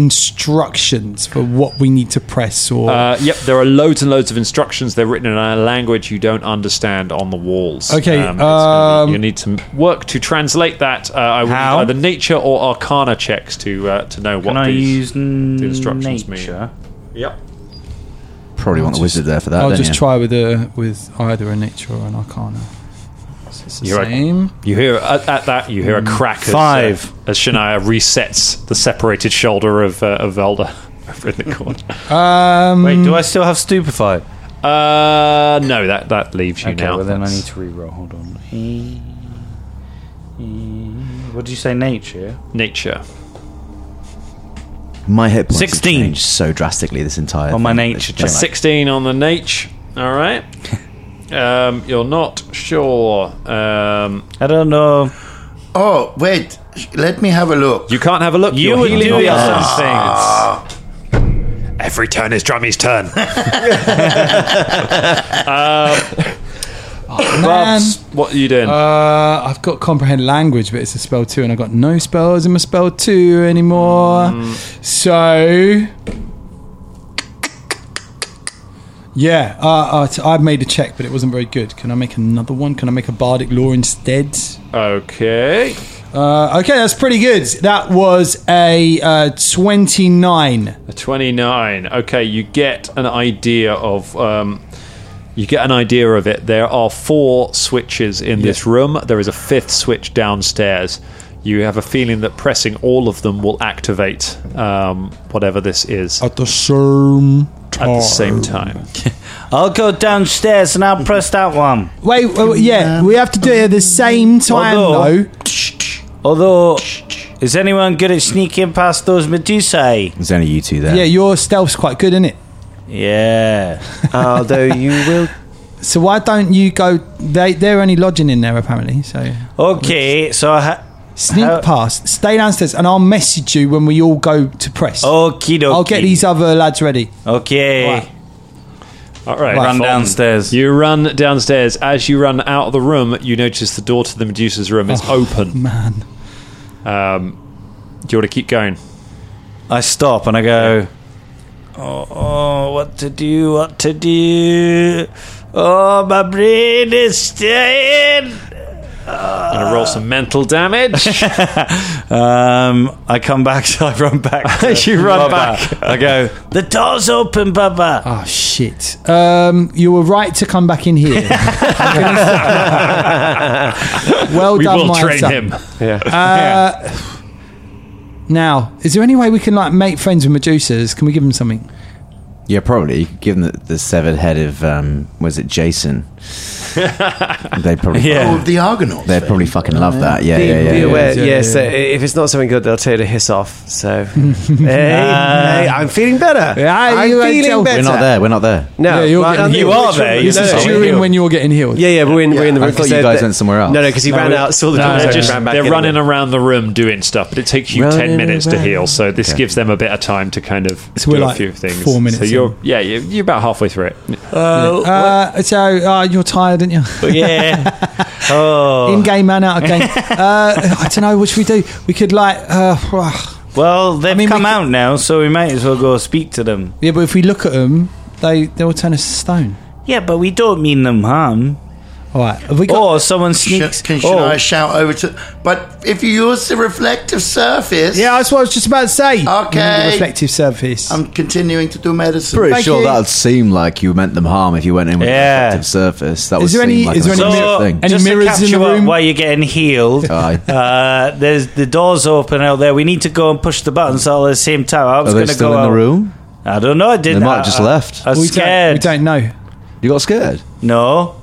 Speaker 8: instructions for what we need to press or.
Speaker 5: Uh, yep, there are loads and loads of instructions. They're written in a language you don't understand on the walls.
Speaker 8: Okay,
Speaker 5: it's gonna be-
Speaker 8: um,
Speaker 5: you need some work to translate that. Uh, I would
Speaker 7: How?
Speaker 5: need either nature or arcana checks to uh, to know
Speaker 7: Can
Speaker 5: what
Speaker 7: I
Speaker 5: these
Speaker 7: use
Speaker 5: the
Speaker 7: instructions
Speaker 5: instructions
Speaker 7: nature?
Speaker 5: mean. Yep.
Speaker 11: Probably want a wizard there for that.
Speaker 8: I'll
Speaker 11: don't
Speaker 8: just
Speaker 11: you?
Speaker 8: try with a with either a nature or an arcana. So It's the
Speaker 5: You're right.
Speaker 8: same.
Speaker 5: You hear at, at that you hear a crack as,
Speaker 7: Mm,
Speaker 5: uh,
Speaker 7: Five.
Speaker 5: as Shania resets the separated shoulder of uh, of Velda over in the corner.
Speaker 8: Um,
Speaker 7: Wait, do I still have stupefy?
Speaker 5: uh, no, that that leaves you
Speaker 7: Okay,
Speaker 5: now.
Speaker 7: well then I
Speaker 5: That's-
Speaker 7: need to reroll. Hold on. E- e- What did you say? Nature.
Speaker 5: Nature.
Speaker 11: My hit points have
Speaker 7: 16.
Speaker 11: changed so drastically this entire.
Speaker 7: On my
Speaker 11: thing.
Speaker 7: nature
Speaker 11: It's
Speaker 7: check.
Speaker 11: been like-
Speaker 5: 16 on the Nate. All right. Um, you're not sure. Um,
Speaker 7: I don't know.
Speaker 6: Oh wait, sh- let me have a look.
Speaker 5: you can't have a look.
Speaker 7: You
Speaker 5: You're
Speaker 7: would
Speaker 5: healing
Speaker 7: do
Speaker 5: on
Speaker 7: other
Speaker 5: that.
Speaker 7: things.
Speaker 2: Ah. Every turn is Drummy's turn.
Speaker 8: man.
Speaker 5: Bubs, Oh, what are you doing?
Speaker 8: Uh, I've got comprehend language, but it's a spell two, and I've got no spells in my spell two anymore.
Speaker 5: Mm.
Speaker 8: So, yeah, uh, uh, t- I've made a check, but it wasn't very good. Can I make another one? Can I make a bardic law instead?
Speaker 5: okay.
Speaker 8: Uh, okay, that's pretty good. That was a uh, twenty-nine.
Speaker 5: A 29. Okay, you get an idea of. Um, you get an idea of it. There are four switches in this room. There is a fifth switch downstairs. You have a feeling that pressing all of them will activate um, whatever this is at
Speaker 8: At the same time.
Speaker 5: the same time.
Speaker 7: I'll go downstairs and I'll press that one.
Speaker 8: Wait, wait,
Speaker 5: Um,
Speaker 8: yeah, we have to do it at the same time,
Speaker 7: Although-
Speaker 8: though.
Speaker 7: Although, is anyone good at sneaking past those Medusae?
Speaker 11: There's only you two there.
Speaker 8: Yeah, your stealth's quite good, isn't it?
Speaker 7: Yeah.
Speaker 9: Although you will.
Speaker 8: So why don't you go? They they're only lodging in there apparently. So
Speaker 5: Oh,
Speaker 7: Okay, so I ha-
Speaker 8: sneak
Speaker 7: How-
Speaker 8: past, stay downstairs, and I'll message you when we all go to press.
Speaker 5: Oh,
Speaker 7: okie dokie.
Speaker 8: I'll get these other lads ready.
Speaker 7: Okay.
Speaker 8: Right.
Speaker 5: All right.
Speaker 8: Right.
Speaker 7: Run downstairs.
Speaker 5: You run downstairs. As you run out of the room, you notice the door to the Medusa's room is open.
Speaker 8: Man,
Speaker 5: Um, do you want to keep going?
Speaker 7: I stop and I go. Oh, oh, what to do? What to do? Oh, my brain is dying.
Speaker 5: I'm going to roll some mental damage.
Speaker 7: Um, I come back. So I run back. to
Speaker 5: You
Speaker 7: Bubba.
Speaker 5: run back.
Speaker 7: I go. The door's open, Bubba.
Speaker 8: ah shit. Um, you were right to come back in here. well
Speaker 5: we
Speaker 8: done,
Speaker 5: will
Speaker 8: my
Speaker 5: train
Speaker 8: son.
Speaker 5: him.
Speaker 8: Uh, Now, is there any way we can like make friends with Medusas? Can we give them something?
Speaker 4: Yeah, probably. Given the, the severed head of um, was it Jason? they probably
Speaker 6: Oh, the Argonauts.
Speaker 4: they probably fucking love that. Yeah,
Speaker 9: Be,
Speaker 4: yeah, yeah.
Speaker 9: be
Speaker 4: yeah.
Speaker 9: aware,
Speaker 8: yeah,
Speaker 9: yes.
Speaker 8: yeah.
Speaker 9: uh, If it's not something good, they'll tell you to hiss off. So, Uh, hey, hey, I'm feeling better.
Speaker 8: Yeah,
Speaker 9: I'm
Speaker 8: you- I
Speaker 9: feeling
Speaker 8: tell-
Speaker 9: better.
Speaker 4: We're not there. We're not there.
Speaker 9: No,
Speaker 8: Yeah, you're
Speaker 9: well,
Speaker 8: getting-
Speaker 9: I-
Speaker 5: you are
Speaker 9: which
Speaker 5: there,
Speaker 9: one-
Speaker 5: you
Speaker 8: This
Speaker 5: no,
Speaker 8: is
Speaker 5: no,
Speaker 8: during
Speaker 5: you're-
Speaker 8: when you're getting healed.
Speaker 9: Yeah, yeah, we're in, we're in the
Speaker 4: I
Speaker 9: room.
Speaker 4: thought
Speaker 9: 'cause
Speaker 4: you
Speaker 9: they-
Speaker 4: guys
Speaker 9: they-
Speaker 4: went somewhere else.
Speaker 9: No, no, because he ran out, saw the
Speaker 5: No,
Speaker 9: doors
Speaker 5: they're
Speaker 9: open,
Speaker 5: just-
Speaker 9: ran back
Speaker 5: they're
Speaker 9: in.
Speaker 5: running around the room doing stuff, but it takes you ten
Speaker 4: Running
Speaker 5: minutes to
Speaker 4: around.
Speaker 5: heal. So this gives them a bit of time to kind of
Speaker 8: So we're
Speaker 5: do a
Speaker 8: like
Speaker 5: few things.
Speaker 8: four minutes
Speaker 5: So you're yeah, you're, you're about halfway through it.
Speaker 8: Uh, so uh, you're tired, aren't you?
Speaker 5: yeah,
Speaker 8: In game and out of game. uh, I don't know. What should we do? We could like. Uh,
Speaker 7: Well, they've
Speaker 8: mean, we
Speaker 7: come
Speaker 8: could-
Speaker 7: out now, so we might as well go speak to them.
Speaker 8: yeah, but if we look at them, they they'll turn us to stone.
Speaker 7: Yeah, but we don't mean them harm.
Speaker 8: All right. Have we got?
Speaker 7: Or someone
Speaker 6: Sh-
Speaker 7: sneaks.
Speaker 6: can, should
Speaker 7: oh,
Speaker 6: I shout over to? But if you use the reflective surface,
Speaker 8: yeah, that's what I was just about to say.
Speaker 6: Okay.
Speaker 8: The reflective surface.
Speaker 6: I'm continuing to do medicine.
Speaker 4: Pretty
Speaker 8: Thank
Speaker 4: sure
Speaker 8: you.
Speaker 4: that'd seem like you meant them harm if you went in with
Speaker 7: Yeah.
Speaker 4: a reflective surface. That
Speaker 8: Is
Speaker 4: was
Speaker 8: there any-
Speaker 4: like
Speaker 8: is
Speaker 4: a
Speaker 8: there any
Speaker 4: serious
Speaker 8: mirror-
Speaker 4: thing.
Speaker 8: any
Speaker 7: just
Speaker 8: mirrors
Speaker 7: to catch
Speaker 8: in the
Speaker 7: you
Speaker 8: room?
Speaker 7: up while you're getting healed.
Speaker 4: Aye.
Speaker 7: Uh, there's the doors open out there. We need to go and push the buttons all at the same time. I
Speaker 4: Are
Speaker 7: was going
Speaker 4: they
Speaker 7: to
Speaker 4: still in
Speaker 7: go out.
Speaker 4: the room?
Speaker 7: I don't know. I didn't.
Speaker 4: They might
Speaker 7: I-
Speaker 4: have just
Speaker 8: uh,
Speaker 7: I-
Speaker 4: left.
Speaker 7: I was
Speaker 8: we
Speaker 7: scared.
Speaker 8: Don't, we don't know.
Speaker 4: You got scared?
Speaker 7: No.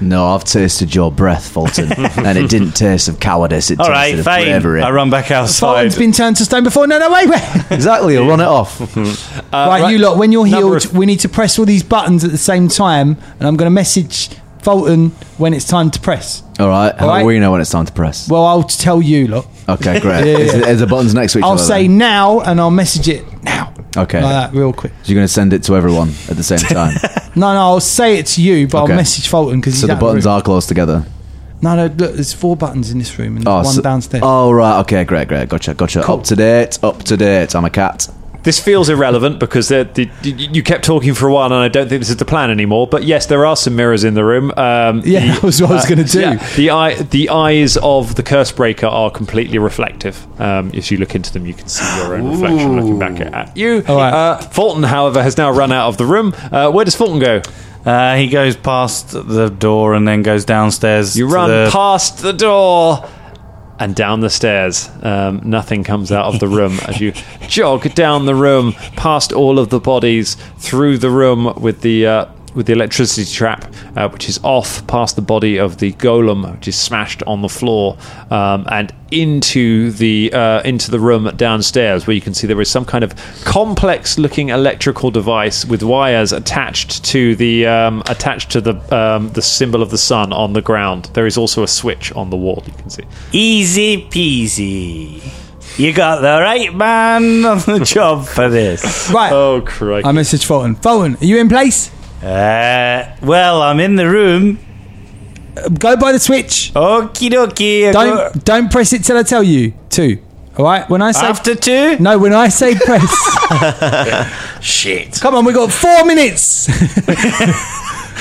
Speaker 4: No, I've tasted your breath, Fulton, and it didn't taste of cowardice. It
Speaker 7: All
Speaker 4: tasted
Speaker 7: right,
Speaker 4: of
Speaker 7: fine.
Speaker 4: bravery.
Speaker 7: I run back outside.
Speaker 8: Fulton's been turned to stone before. No, no, wait, wait.
Speaker 4: Exactly, I'll run it off.
Speaker 8: right,
Speaker 5: Uh, right.
Speaker 8: you lot. When you're
Speaker 5: Number
Speaker 8: healed, we need to press all these buttons at the same time, and I'm going to message Fulton when it's time to press.
Speaker 4: All right, how
Speaker 8: All right.
Speaker 4: do we know when it's time to press?
Speaker 8: Well, I'll tell you, look.
Speaker 4: okay, great.
Speaker 8: Yeah, yeah.
Speaker 4: Is, it- is the buttons next to each
Speaker 8: I'll
Speaker 4: other?
Speaker 8: say
Speaker 4: then?
Speaker 8: now, and I'll message it now,
Speaker 4: Okay.
Speaker 8: like that, real quick.
Speaker 4: So you're going to send it to everyone at the same time.
Speaker 8: No, no, I'll say it to you, but
Speaker 4: Okay.
Speaker 8: I'll message Fulton because
Speaker 4: so the buttons are close together.
Speaker 8: No, no, look, there's four buttons in this room and
Speaker 4: Oh,
Speaker 8: there's one
Speaker 4: so-
Speaker 8: downstairs.
Speaker 4: Oh, right. Okay, great, great. Gotcha, gotcha. Up to date, up to date. I'm a cat.
Speaker 5: this feels irrelevant because they're- the, you you kept talking for a while, and I don't think this is the plan anymore. But yes, there are some mirrors in the room. Um,
Speaker 8: Yeah, that was what
Speaker 4: uh,
Speaker 8: I was gonna do.
Speaker 5: the eye, the eyes of the curse breaker are completely reflective. Um, if you look into them, you can see your own reflection looking back at- at you.
Speaker 8: right.
Speaker 5: Uh, Fulton, however, has now run out of the room. Uh, where does Fulton go?
Speaker 7: Uh, he goes past the door and then goes downstairs.
Speaker 5: You
Speaker 7: to
Speaker 5: run
Speaker 7: the-
Speaker 5: past the door and down the stairs. Um, nothing comes out of the room as you jog down the room, past all of the bodies, through the room with the. Uh, with the electricity trap, uh, which is off past the body of the golem, which is smashed on the floor, um, and into the uh, into the room downstairs, where you can see there is some kind of complex-looking electrical device with wires attached to the um, attached to the um, the symbol of the sun on the ground. There is also a switch on the wall. You can see.
Speaker 7: Easy peasy. You got the right man on the job for this.
Speaker 8: right,
Speaker 5: Oh Christ!
Speaker 8: I message Fulton. Fulton, are you in place?
Speaker 7: Uh, well, I'm in the room.
Speaker 8: Uh, Go by the switch.
Speaker 7: Okie dokie. I
Speaker 5: Uh.
Speaker 7: go-
Speaker 8: Don't don't press it till I tell you to. All right. When I say
Speaker 7: After two?
Speaker 8: no, when I say press,
Speaker 6: Shit.
Speaker 8: come on, we got four minutes.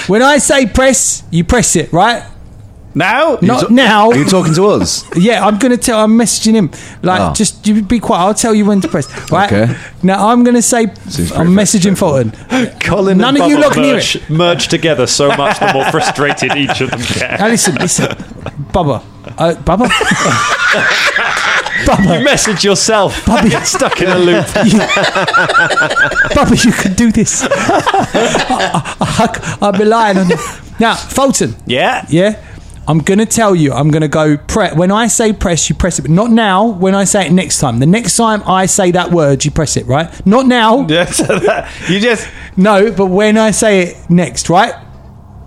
Speaker 8: when I say press, you press it, right?
Speaker 7: Now?
Speaker 8: Not now.
Speaker 4: Are you talking to us?
Speaker 8: Yeah, I'm gonna tell. I'm messaging him. Like,
Speaker 4: Oh.
Speaker 8: just you be quiet. I'll tell you when to press. Right
Speaker 4: Okay.
Speaker 8: now, I'm gonna say
Speaker 4: pretty
Speaker 8: I'm messaging Fulton.
Speaker 5: Colin
Speaker 8: None of you
Speaker 5: Bubba
Speaker 8: look near
Speaker 5: merge, merge together so much, the more frustrated each of them
Speaker 8: Now
Speaker 5: get.
Speaker 8: listen, listen, Bubba, uh, Bubba, Bubba,
Speaker 5: Message yourself.
Speaker 8: Bubby.
Speaker 5: Get stuck in a loop.
Speaker 8: you, Bubba, you can do this. I, am relying on you. Now, Fulton,
Speaker 7: Yeah?
Speaker 8: yeah, I'm gonna tell you. I'm gonna go press. When I say press, you press it, but not now. When I say it next time, the next time I say that word, you press it. Right? Not now.
Speaker 7: you just.
Speaker 8: No, but when I say it next, right?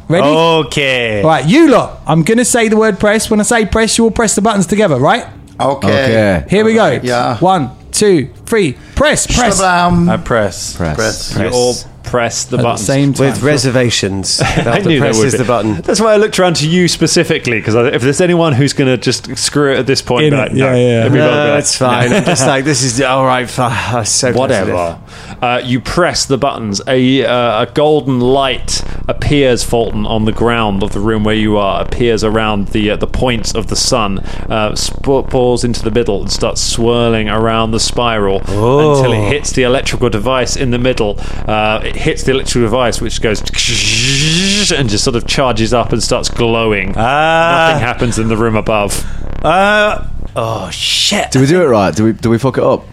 Speaker 8: Ready?
Speaker 5: Oh.
Speaker 7: Okay.
Speaker 8: Right, you lot. I'm gonna say the word press. When I say press, you all press the buttons together, right?
Speaker 6: Okay.
Speaker 4: Okay.
Speaker 8: Here we go.
Speaker 6: yeah.
Speaker 8: One, two, three. Press, press.
Speaker 6: Shabam.
Speaker 5: Uh,
Speaker 7: I press.
Speaker 4: Press.
Speaker 5: You all press the
Speaker 8: At the
Speaker 5: button.
Speaker 8: same time.
Speaker 9: With reservations. I
Speaker 5: I knew there would
Speaker 9: presses
Speaker 5: be.
Speaker 9: the button.
Speaker 5: That's why I looked around to you specifically because if there's anyone who's going to just screw it at this point,
Speaker 8: In
Speaker 5: be
Speaker 8: it,
Speaker 5: like, no,
Speaker 8: yeah, yeah.
Speaker 5: let me go and be
Speaker 9: No,
Speaker 5: like,
Speaker 9: it's fine. I'm just like, this is all right. fi- I'm so
Speaker 5: Whatever. Uh, you press the buttons. A, uh, a golden light appears, Fulton, on the ground of the room where you are. Appears around the uh, the points of the sun. Uh, sp- pours into the middle and starts swirling around the spiral until it hits the electrical device in the middle. Uh, it hits the electrical device, which goes and just sort of charges up and starts glowing. Nothing
Speaker 7: Uh,
Speaker 5: happens in the room above.
Speaker 7: uh, oh, shit.
Speaker 4: Do we do it right? Do we, do we fuck it up?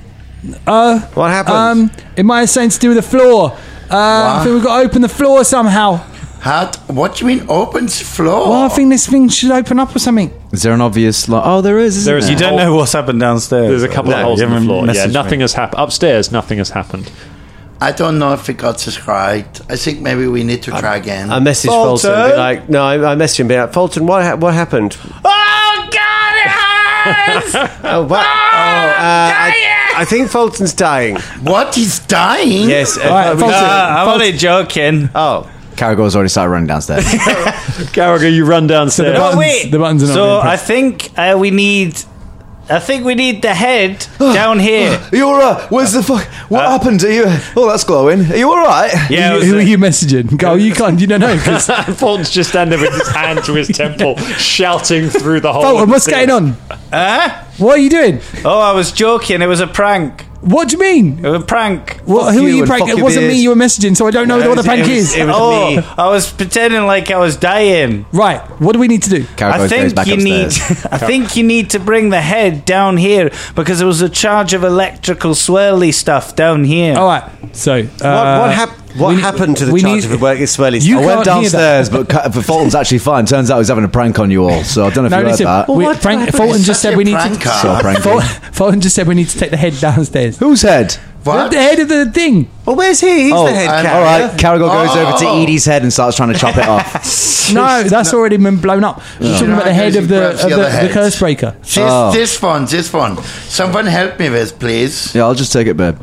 Speaker 8: Uh,
Speaker 9: What happened?
Speaker 8: Um, it might have something to do with the floor. Uh, I think we've got to open the floor somehow.
Speaker 6: How? t- What do you mean opens floor?
Speaker 8: Well, I think this thing should open up or something.
Speaker 4: Is there an obvious like? Oh, there is. Isn't
Speaker 5: There is-
Speaker 7: You don't know what's happened downstairs.
Speaker 5: There's a couple
Speaker 7: No,
Speaker 5: of holes
Speaker 7: you
Speaker 5: in the
Speaker 7: haven't
Speaker 5: floor. Yeah,
Speaker 7: messaged me.
Speaker 5: nothing has happened. Upstairs, nothing has happened.
Speaker 6: I don't know if it got subscribed. I think maybe we need to try again.
Speaker 9: I messaged Fulton, and be like, no, I, I messaged him, be like, Fulton, what, ha- what happened? Oh, God, oh, what? Oh, uh, I, I think Fulton's dying.
Speaker 6: what? He's dying?
Speaker 9: Yes. uh,
Speaker 8: right,
Speaker 9: we-
Speaker 8: Fulton.
Speaker 9: Ah,
Speaker 7: I'm only joking.
Speaker 9: oh,
Speaker 4: Caragor's already started running downstairs.
Speaker 5: Gallagher, you run downstairs.
Speaker 8: buttons- the buttons are not
Speaker 7: so
Speaker 8: being
Speaker 7: I
Speaker 8: pressed.
Speaker 7: think uh, we need. I think we need the head down here.
Speaker 4: you all right? uh, Where's the fuck? What happened? Are you? Oh, that's glowing. Are you all right?
Speaker 7: Yeah, it
Speaker 8: Who-
Speaker 7: was
Speaker 8: who
Speaker 7: a-
Speaker 8: are you messaging? Go, you can't. You don't know. 'cause-
Speaker 5: Fulton's just standing with his hand to his temple, shouting through the hole.
Speaker 8: Bolton, what's going on?
Speaker 7: Huh?
Speaker 8: What are you doing?
Speaker 7: Oh, I was joking. It was a prank.
Speaker 8: What do you mean?
Speaker 7: It was a prank.
Speaker 8: What,
Speaker 4: Fuck
Speaker 8: who
Speaker 4: you
Speaker 8: are you
Speaker 4: and
Speaker 8: pranking?
Speaker 4: fuck
Speaker 8: It
Speaker 4: your
Speaker 8: wasn't me
Speaker 4: beers.
Speaker 8: you were messaging, so I don't know what the prank is.
Speaker 7: It was oh, I was pretending like I was dying.
Speaker 8: right, what do we need to do?
Speaker 4: Caragor
Speaker 7: I
Speaker 4: goes
Speaker 7: think
Speaker 4: back
Speaker 7: you need.
Speaker 4: upstairs.
Speaker 7: I think you need to bring the head down here because there was a charge of electrical swirly stuff down here.
Speaker 8: All right, so. Uh,
Speaker 9: what, what, hap- what
Speaker 8: we-
Speaker 9: happened to the
Speaker 8: we
Speaker 9: charge
Speaker 8: need-
Speaker 9: of the work? It's well, it's-
Speaker 8: You
Speaker 4: I went
Speaker 8: can't hear that.
Speaker 4: downstairs, but Ca- but Fulton's actually fine. Turns out he's having a prank on you all. So I don't know if
Speaker 8: No,
Speaker 4: you heard
Speaker 8: listen.
Speaker 4: that.
Speaker 8: we- Frank, Fulton
Speaker 6: He's
Speaker 8: just
Speaker 6: such
Speaker 8: said
Speaker 6: a
Speaker 8: we need
Speaker 6: pranker.
Speaker 4: So
Speaker 8: to.
Speaker 4: pranking.
Speaker 8: Ful- Fulton just said we need to take the head downstairs.
Speaker 4: Whose head? Oh, um,
Speaker 6: What?
Speaker 8: The head of the thing.
Speaker 9: well, where's he? He's the head
Speaker 6: and-
Speaker 9: cat.
Speaker 4: All right, Caragor goes over to
Speaker 6: Oh.
Speaker 4: Edie's head and starts trying to chop it off.
Speaker 8: No, that's already been blown up. You're talking about the head of the,
Speaker 6: Grabs the
Speaker 8: of
Speaker 6: other
Speaker 8: the, the
Speaker 6: head.
Speaker 8: curse breaker.
Speaker 6: This,
Speaker 4: Oh.
Speaker 6: this one, this one. Someone help me with, please.
Speaker 4: Yeah, I'll just take it, babe.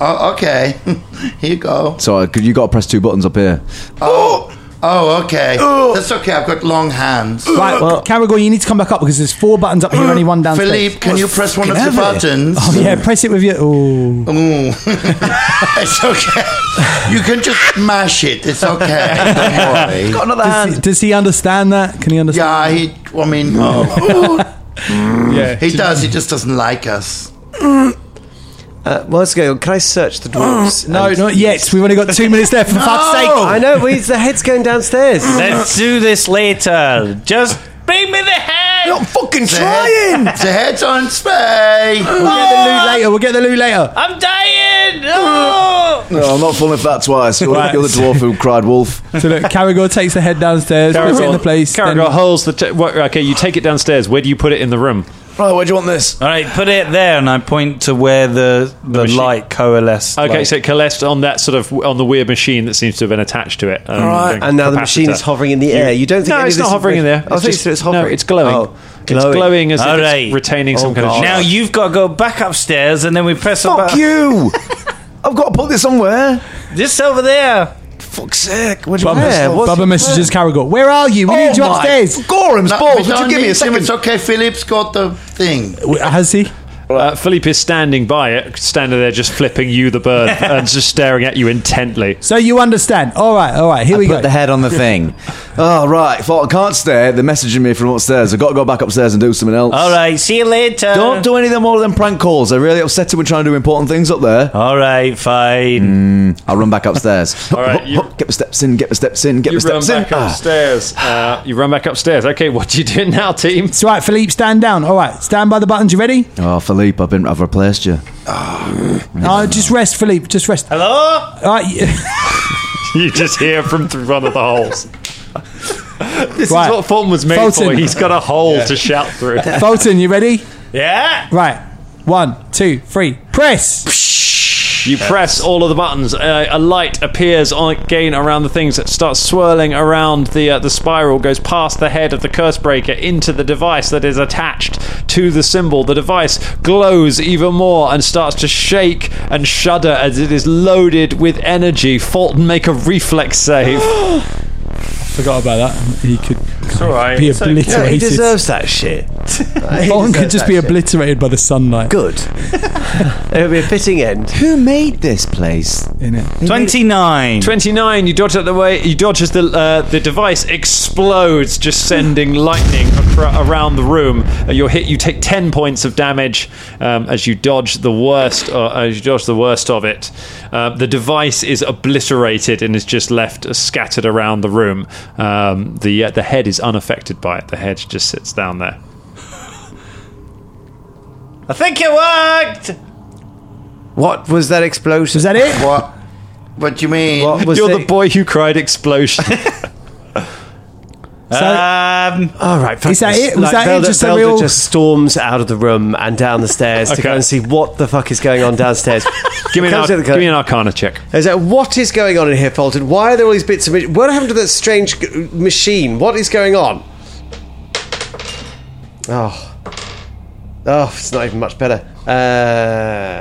Speaker 6: Oh, okay. Here you go.
Speaker 4: So uh, you got to press two buttons up here.
Speaker 6: Oh, oh, okay. That's okay. I've got long hands.
Speaker 8: Right, well, Caragor, you need to come back up because there's four buttons up here, only one downstairs.
Speaker 6: Philippe, can you press one of the buttons?
Speaker 8: Oh, yeah, press it with your. oh. Ooh.
Speaker 6: Ooh. it's okay. You can just mash it. It's okay. Don't worry.
Speaker 8: Does, he, does he understand that? Can he understand?
Speaker 6: Yeah, he. I mean, oh.
Speaker 8: Yeah.
Speaker 6: he does. He just doesn't like us.
Speaker 9: Uh, well, let's go. Can I search the dwarves?
Speaker 8: No, not yet. We've only got two minutes left. For fuck's sake.
Speaker 9: I know. Well, he's- the head's going downstairs.
Speaker 7: Let's do this later. Just bring me the head.
Speaker 6: Fucking trying. The head's on
Speaker 8: We'll
Speaker 6: spay.
Speaker 8: get the loot later. We'll get the loot later.
Speaker 7: I'm dying. Oh.
Speaker 4: No, I'm not falling for that twice. You're,
Speaker 8: Right.
Speaker 4: you're the dwarf who cried wolf.
Speaker 8: So look, Caragor takes the head downstairs, puts it in the place.
Speaker 5: Caragor
Speaker 8: then-
Speaker 5: holds the. T- what, okay, you take it downstairs. Where do you put it in the room?
Speaker 4: Right, where do you want this?
Speaker 7: All right, put it there, and I point to where the the, light coalesced.
Speaker 5: Okay,
Speaker 7: like-
Speaker 5: so it coalesced on that sort of on the weird machine that seems to have been attached to it. Um,
Speaker 9: Right. And now the machine is hovering in the air. You don't think
Speaker 5: no,
Speaker 9: any
Speaker 5: it's
Speaker 9: of this
Speaker 5: not
Speaker 9: is Oh,
Speaker 5: hovering in there.
Speaker 9: I thought you
Speaker 5: just-
Speaker 9: said it's hovering.
Speaker 5: No, it's glowing.
Speaker 9: Oh,
Speaker 5: It's
Speaker 9: glowing. Oh,
Speaker 5: glowing as
Speaker 7: All
Speaker 5: if
Speaker 7: right.
Speaker 5: it's retaining some kind of.
Speaker 7: now you've got to go back upstairs, and then we press a
Speaker 4: Fuck
Speaker 7: button.
Speaker 4: you! I've got to put this somewhere.
Speaker 7: This over there.
Speaker 4: Fuck's sake! Where do you
Speaker 8: Bubba, Bubba messages Caragor. Where are you? We
Speaker 4: Oh
Speaker 8: need you upstairs.
Speaker 4: Gorham's
Speaker 6: No, we
Speaker 4: balls! Would
Speaker 6: don't
Speaker 4: you give me
Speaker 6: need
Speaker 4: a
Speaker 6: him. It's
Speaker 4: second?
Speaker 6: okay. Philippe's got the thing.
Speaker 8: Has he?
Speaker 5: Uh, Philippe is standing by it, standing there, just flipping you the bird and just staring at you intently.
Speaker 8: So you understand. All right, all right. Here we
Speaker 4: Put
Speaker 8: go.
Speaker 4: the head on the thing. oh right, Fuck, I can't stay. They're messaging me from upstairs. I've got to go back upstairs and do something else.
Speaker 7: All right. See you later.
Speaker 4: Don't do any of them more of them prank calls. They're really upsetting when trying to do important things up there.
Speaker 7: All right. Fine.
Speaker 4: I'll run back upstairs.
Speaker 5: Oh. All right,
Speaker 4: Hup,
Speaker 5: you-
Speaker 4: hup, get my steps in, get my steps in, get
Speaker 5: You
Speaker 4: my
Speaker 5: run
Speaker 4: steps in.
Speaker 5: back upstairs. Uh, you run back upstairs. Okay, what do you do now, team?
Speaker 8: It's all right, Philippe. Stand down. All right, stand by the buttons. You ready?
Speaker 4: Ah. Oh Philippe, I've been I've replaced you.
Speaker 8: Uh, just rest, Philippe. Just rest. All
Speaker 7: Hello.
Speaker 8: right, you-
Speaker 5: You just hear from through one of the holes. this
Speaker 8: Right.
Speaker 5: is what Fulton was made for.
Speaker 8: Fulton.
Speaker 5: He's got a hole to shout through.
Speaker 8: Fulton. You ready?
Speaker 7: Yeah.
Speaker 8: Right. One, two, three. Press.
Speaker 5: You press all of the buttons. Uh, a light appears on again around the things that starts swirling around the uh, the spiral, goes past the head of the curse breaker into the device that is attached to the symbol. The device glows even more and starts to shake and shudder as it is loaded with energy. Fulton, make a reflex save.
Speaker 8: Forgot about that. He could
Speaker 7: All right.
Speaker 8: be
Speaker 7: It's okay.
Speaker 8: obliterated.
Speaker 9: He deserves that shit.
Speaker 8: Fulton could just be obliterated by the sunlight.
Speaker 9: Good. It'll be a fitting end.
Speaker 4: Who made this place?
Speaker 8: Innit?
Speaker 4: Mm-hmm.
Speaker 7: Twenty-nine.
Speaker 5: 29 you dodge out the way you dodge as the uh, the device explodes just sending lightning acro- around the room uh, you're hit you take 10 points of damage um, as you dodge the worst uh, as you dodge the worst of it uh, the device is obliterated and is just left uh, scattered around the room um, the uh, the head is unaffected by it the head just sits down there
Speaker 7: I think it worked.
Speaker 9: What was that explosion?
Speaker 8: Is that it?
Speaker 6: What? What do you mean?
Speaker 9: What was
Speaker 5: You're the
Speaker 9: it?
Speaker 5: boy who cried explosion.
Speaker 7: Um,
Speaker 9: All right. fuck
Speaker 8: Is that
Speaker 9: this.
Speaker 8: it? Was that it?
Speaker 9: Velda,
Speaker 8: Just so
Speaker 9: Velda
Speaker 8: we all-
Speaker 9: just storms out of the room and down the stairs to go
Speaker 5: Okay.
Speaker 9: and see what the fuck is going on downstairs.
Speaker 5: give, me an
Speaker 9: Comes to
Speaker 5: arc-
Speaker 9: the-
Speaker 5: give me an arcana check.
Speaker 9: Is that what is going on in here, Fulton? Why are there all these bits of ma- what happened to that strange g- machine? What is going on? Oh, oh, it's not even much better. Uh,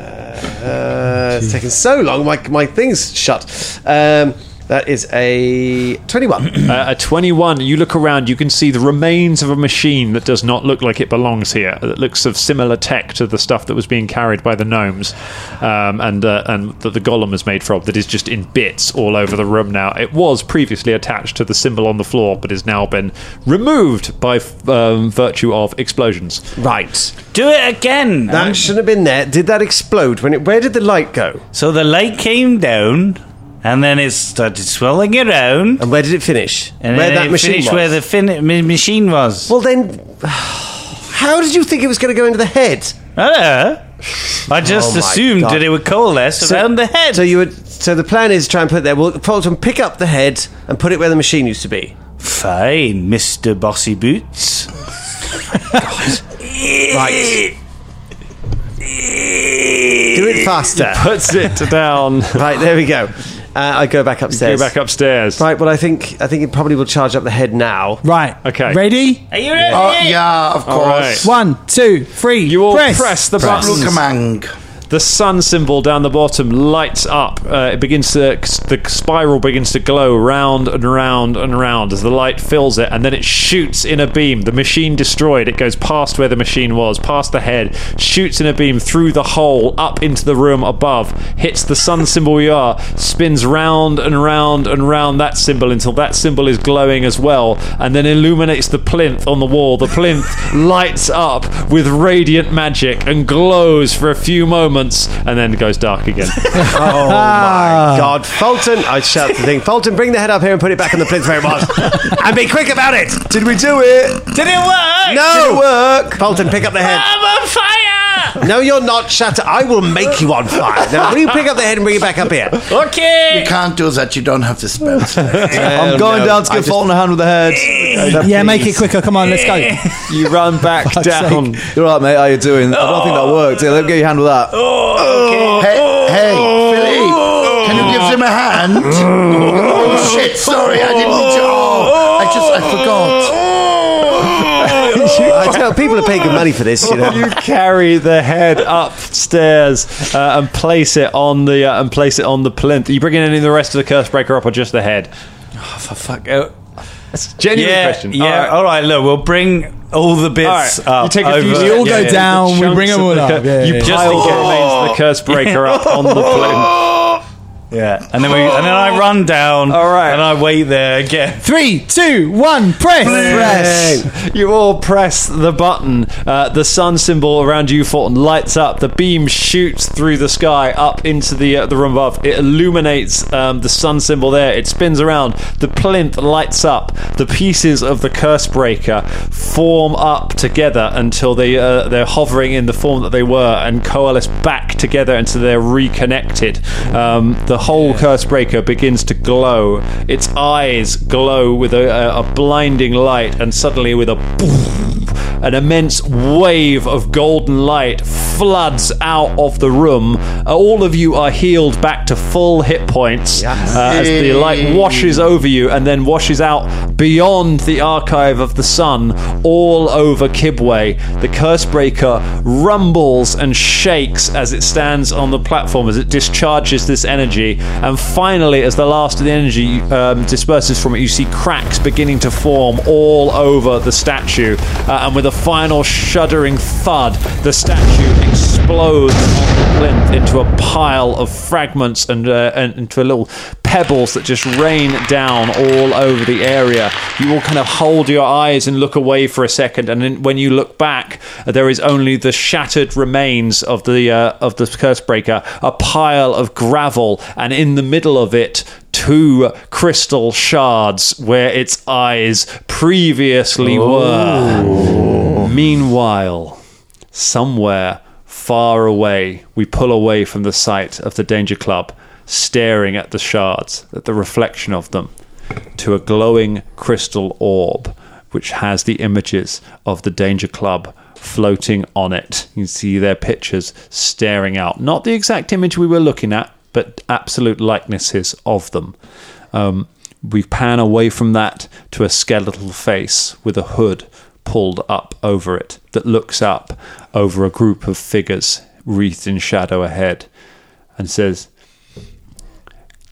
Speaker 9: uh, it's taking so long. My my thing's shut. Um, that is a twenty-one.
Speaker 5: Uh, at 21, you look around, you can see the remains of a machine that does not look like it belongs here. That looks of similar tech to the stuff that was being carried by the gnomes um, and uh, and that the golem is made from, that is just in bits all over the room now. It was previously attached to the symbol on the floor, but has now been removed by f- um, virtue of explosions.
Speaker 9: right.
Speaker 7: do it again.
Speaker 9: That shouldn't have been there. Did that explode? When it, where did the light go?
Speaker 7: so the light came down, and then it started swirling around,
Speaker 9: And where did it finish?
Speaker 7: and
Speaker 9: where
Speaker 7: then
Speaker 9: that
Speaker 7: it
Speaker 9: machine
Speaker 7: finished
Speaker 9: was.
Speaker 7: where the fin- ma- machine was.
Speaker 9: well, then, how did you think it was going to go into the head?
Speaker 7: I dunno. I just
Speaker 9: Oh my
Speaker 7: assumed
Speaker 9: God.
Speaker 7: that it would coalesce around the head.
Speaker 9: So you would. So the plan is try and put it there. Well, Fulton, pick up the head and put it where the machine used to be.
Speaker 7: Fine, Mister Bossy Boots.
Speaker 9: Right. Do it faster.
Speaker 5: Puts it down.
Speaker 9: Right there we go. Uh, I go back
Speaker 5: Go
Speaker 9: upstairs.
Speaker 5: back upstairs.
Speaker 9: Right. Well, I think I think it probably will charge up the head now.
Speaker 8: Right.
Speaker 5: Okay.
Speaker 8: Ready?
Speaker 7: Are you ready?
Speaker 6: Oh, yeah, of course.
Speaker 8: One, two, three.
Speaker 5: You all
Speaker 8: press.
Speaker 5: press, the buttons.
Speaker 6: Kamang.
Speaker 5: The sun symbol down the bottom lights up. Uh, it begins to the spiral begins to glow round and round and round as the light fills it, and then it shoots in a beam. The machine destroyed. It goes past where the machine was, past the head, shoots in a beam through the hole up into the room above, hits the sun symbol we are, spins round and round and round that symbol until that symbol is glowing as well, and then illuminates the plinth on the wall. The plinth lights up with radiant magic and glows for a few moments and then goes dark again.
Speaker 9: Oh
Speaker 7: Ah.
Speaker 9: my God, Fulton! I shout the thing. Fulton, bring the head up here and put it back on the plinth where it was, and be quick about it. Did we do it?
Speaker 7: Did it work? Um.
Speaker 9: No work. Fulton, pick up the head.
Speaker 7: I'm on fire.
Speaker 9: No, you're not. Shut up. I will make you on fire. Now, will you pick up the head and bring it back up here?
Speaker 7: Okay.
Speaker 6: You can't do that. You don't have the spell.
Speaker 4: I'm going
Speaker 9: Um, no,
Speaker 4: down to
Speaker 9: I
Speaker 4: give
Speaker 9: just-
Speaker 4: Fulton a hand with the head.
Speaker 8: Yeah, make it quicker. Come on, let's go.
Speaker 5: you run back down.
Speaker 4: You're right, mate. How you doing? I don't think that worked. Yeah, let me get your hand with that.
Speaker 9: Oh.
Speaker 6: hey, hey, Philippe, can you give him a hand? oh shit! Sorry, I didn't mean to. Oh, I just I forgot.
Speaker 9: I tell people are paying good money for this, you know.
Speaker 5: You carry the head upstairs uh, and place it on the uh, and place it on the plinth. Are you bringing any of the rest of the curse breaker up or just the head? Oh,
Speaker 7: For fuck out.
Speaker 5: That's a genuine
Speaker 7: Yeah,
Speaker 5: question.
Speaker 7: yeah. All right. look, we'll bring all the bits up.
Speaker 5: All right. You take a few.
Speaker 7: over-
Speaker 8: We all go
Speaker 7: yeah.
Speaker 8: down. we
Speaker 5: chunks
Speaker 8: bring 'em
Speaker 5: of
Speaker 8: all
Speaker 5: the
Speaker 8: up,
Speaker 5: cur-
Speaker 8: yeah,
Speaker 5: you
Speaker 8: yeah.
Speaker 5: just
Speaker 7: Just
Speaker 5: think
Speaker 7: in
Speaker 5: it remains the curse breaker up on the plinth.
Speaker 7: Yeah, Oh, and then we, and then I run down.
Speaker 5: All right.
Speaker 7: and I wait there again.
Speaker 8: Three, two, one, press.
Speaker 5: You all press the button. Uh, the sun symbol around you, Fulton, lights up. The beam shoots through the sky up into the uh, the room above. It illuminates um, the sun symbol there. It spins around. The plinth lights up. The pieces of the curse breaker form up together until they uh, they're hovering in the form that they were and coalesce back together until they're reconnected. Um, the whole curse breaker begins to glow. Its eyes glow with a, a, a blinding light, and suddenly, with a an immense wave of golden light floods out of the room. Uh, All of you are healed back to full hit points uh, as the light washes over you and then washes out beyond the archive of the sun all over Kibway. The Cursebreaker rumbles and shakes as it stands on the platform as it discharges this energy. And finally, as the last of the energy um, disperses from it, you see cracks beginning to form all over the statue. Uh, and with a final shuddering thud, the statue explodes on the plinth into a pile of fragments and, uh, and into a little pebbles that just rain down all over the area. You all kind of hold your eyes and look away for a second, and then when you look back, uh, there is only the shattered remains of the uh, of the curse breaker, a pile of gravel, and in the middle of it, two crystal shards where its eyes previously were. Meanwhile, somewhere far away, we pull away from the sight of the Danger Club, staring at the shards, at the reflection of them, to a glowing crystal orb which has the images of the Danger Club floating on it. You see their pictures staring out. Not the exact image we were looking at, but absolute likenesses of them. Um, we pan away from that to a skeletal face with a hood pulled up over it that looks up over a group of figures wreathed in shadow ahead and says,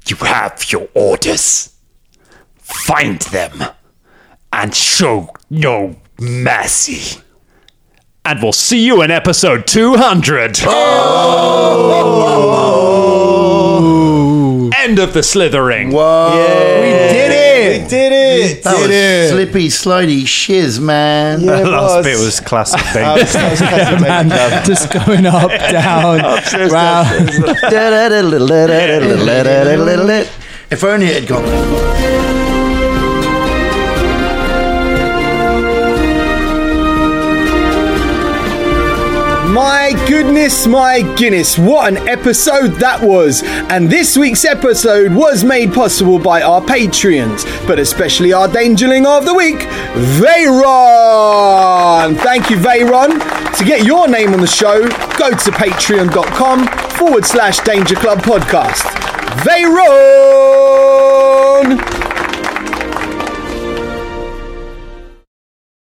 Speaker 12: You have your orders. Find them and show no mercy. And we'll see you in episode 200. End of the slithering.
Speaker 6: Whoa.
Speaker 13: Did it! We did it!
Speaker 6: That was slippy, slidey shiz, man.
Speaker 13: Yeah, it
Speaker 14: Last bit was classic Ben.
Speaker 15: And just going up, down, round.
Speaker 6: If only it had gone.
Speaker 1: My goodness, my Guinness, what an episode that was! And this week's episode was made possible by our Patreons, but especially our Dangerling of the Week, Veyron! Thank you, Veyron. To get your name on the show, go to patreon.com forward slash danger club podcast. Veyron!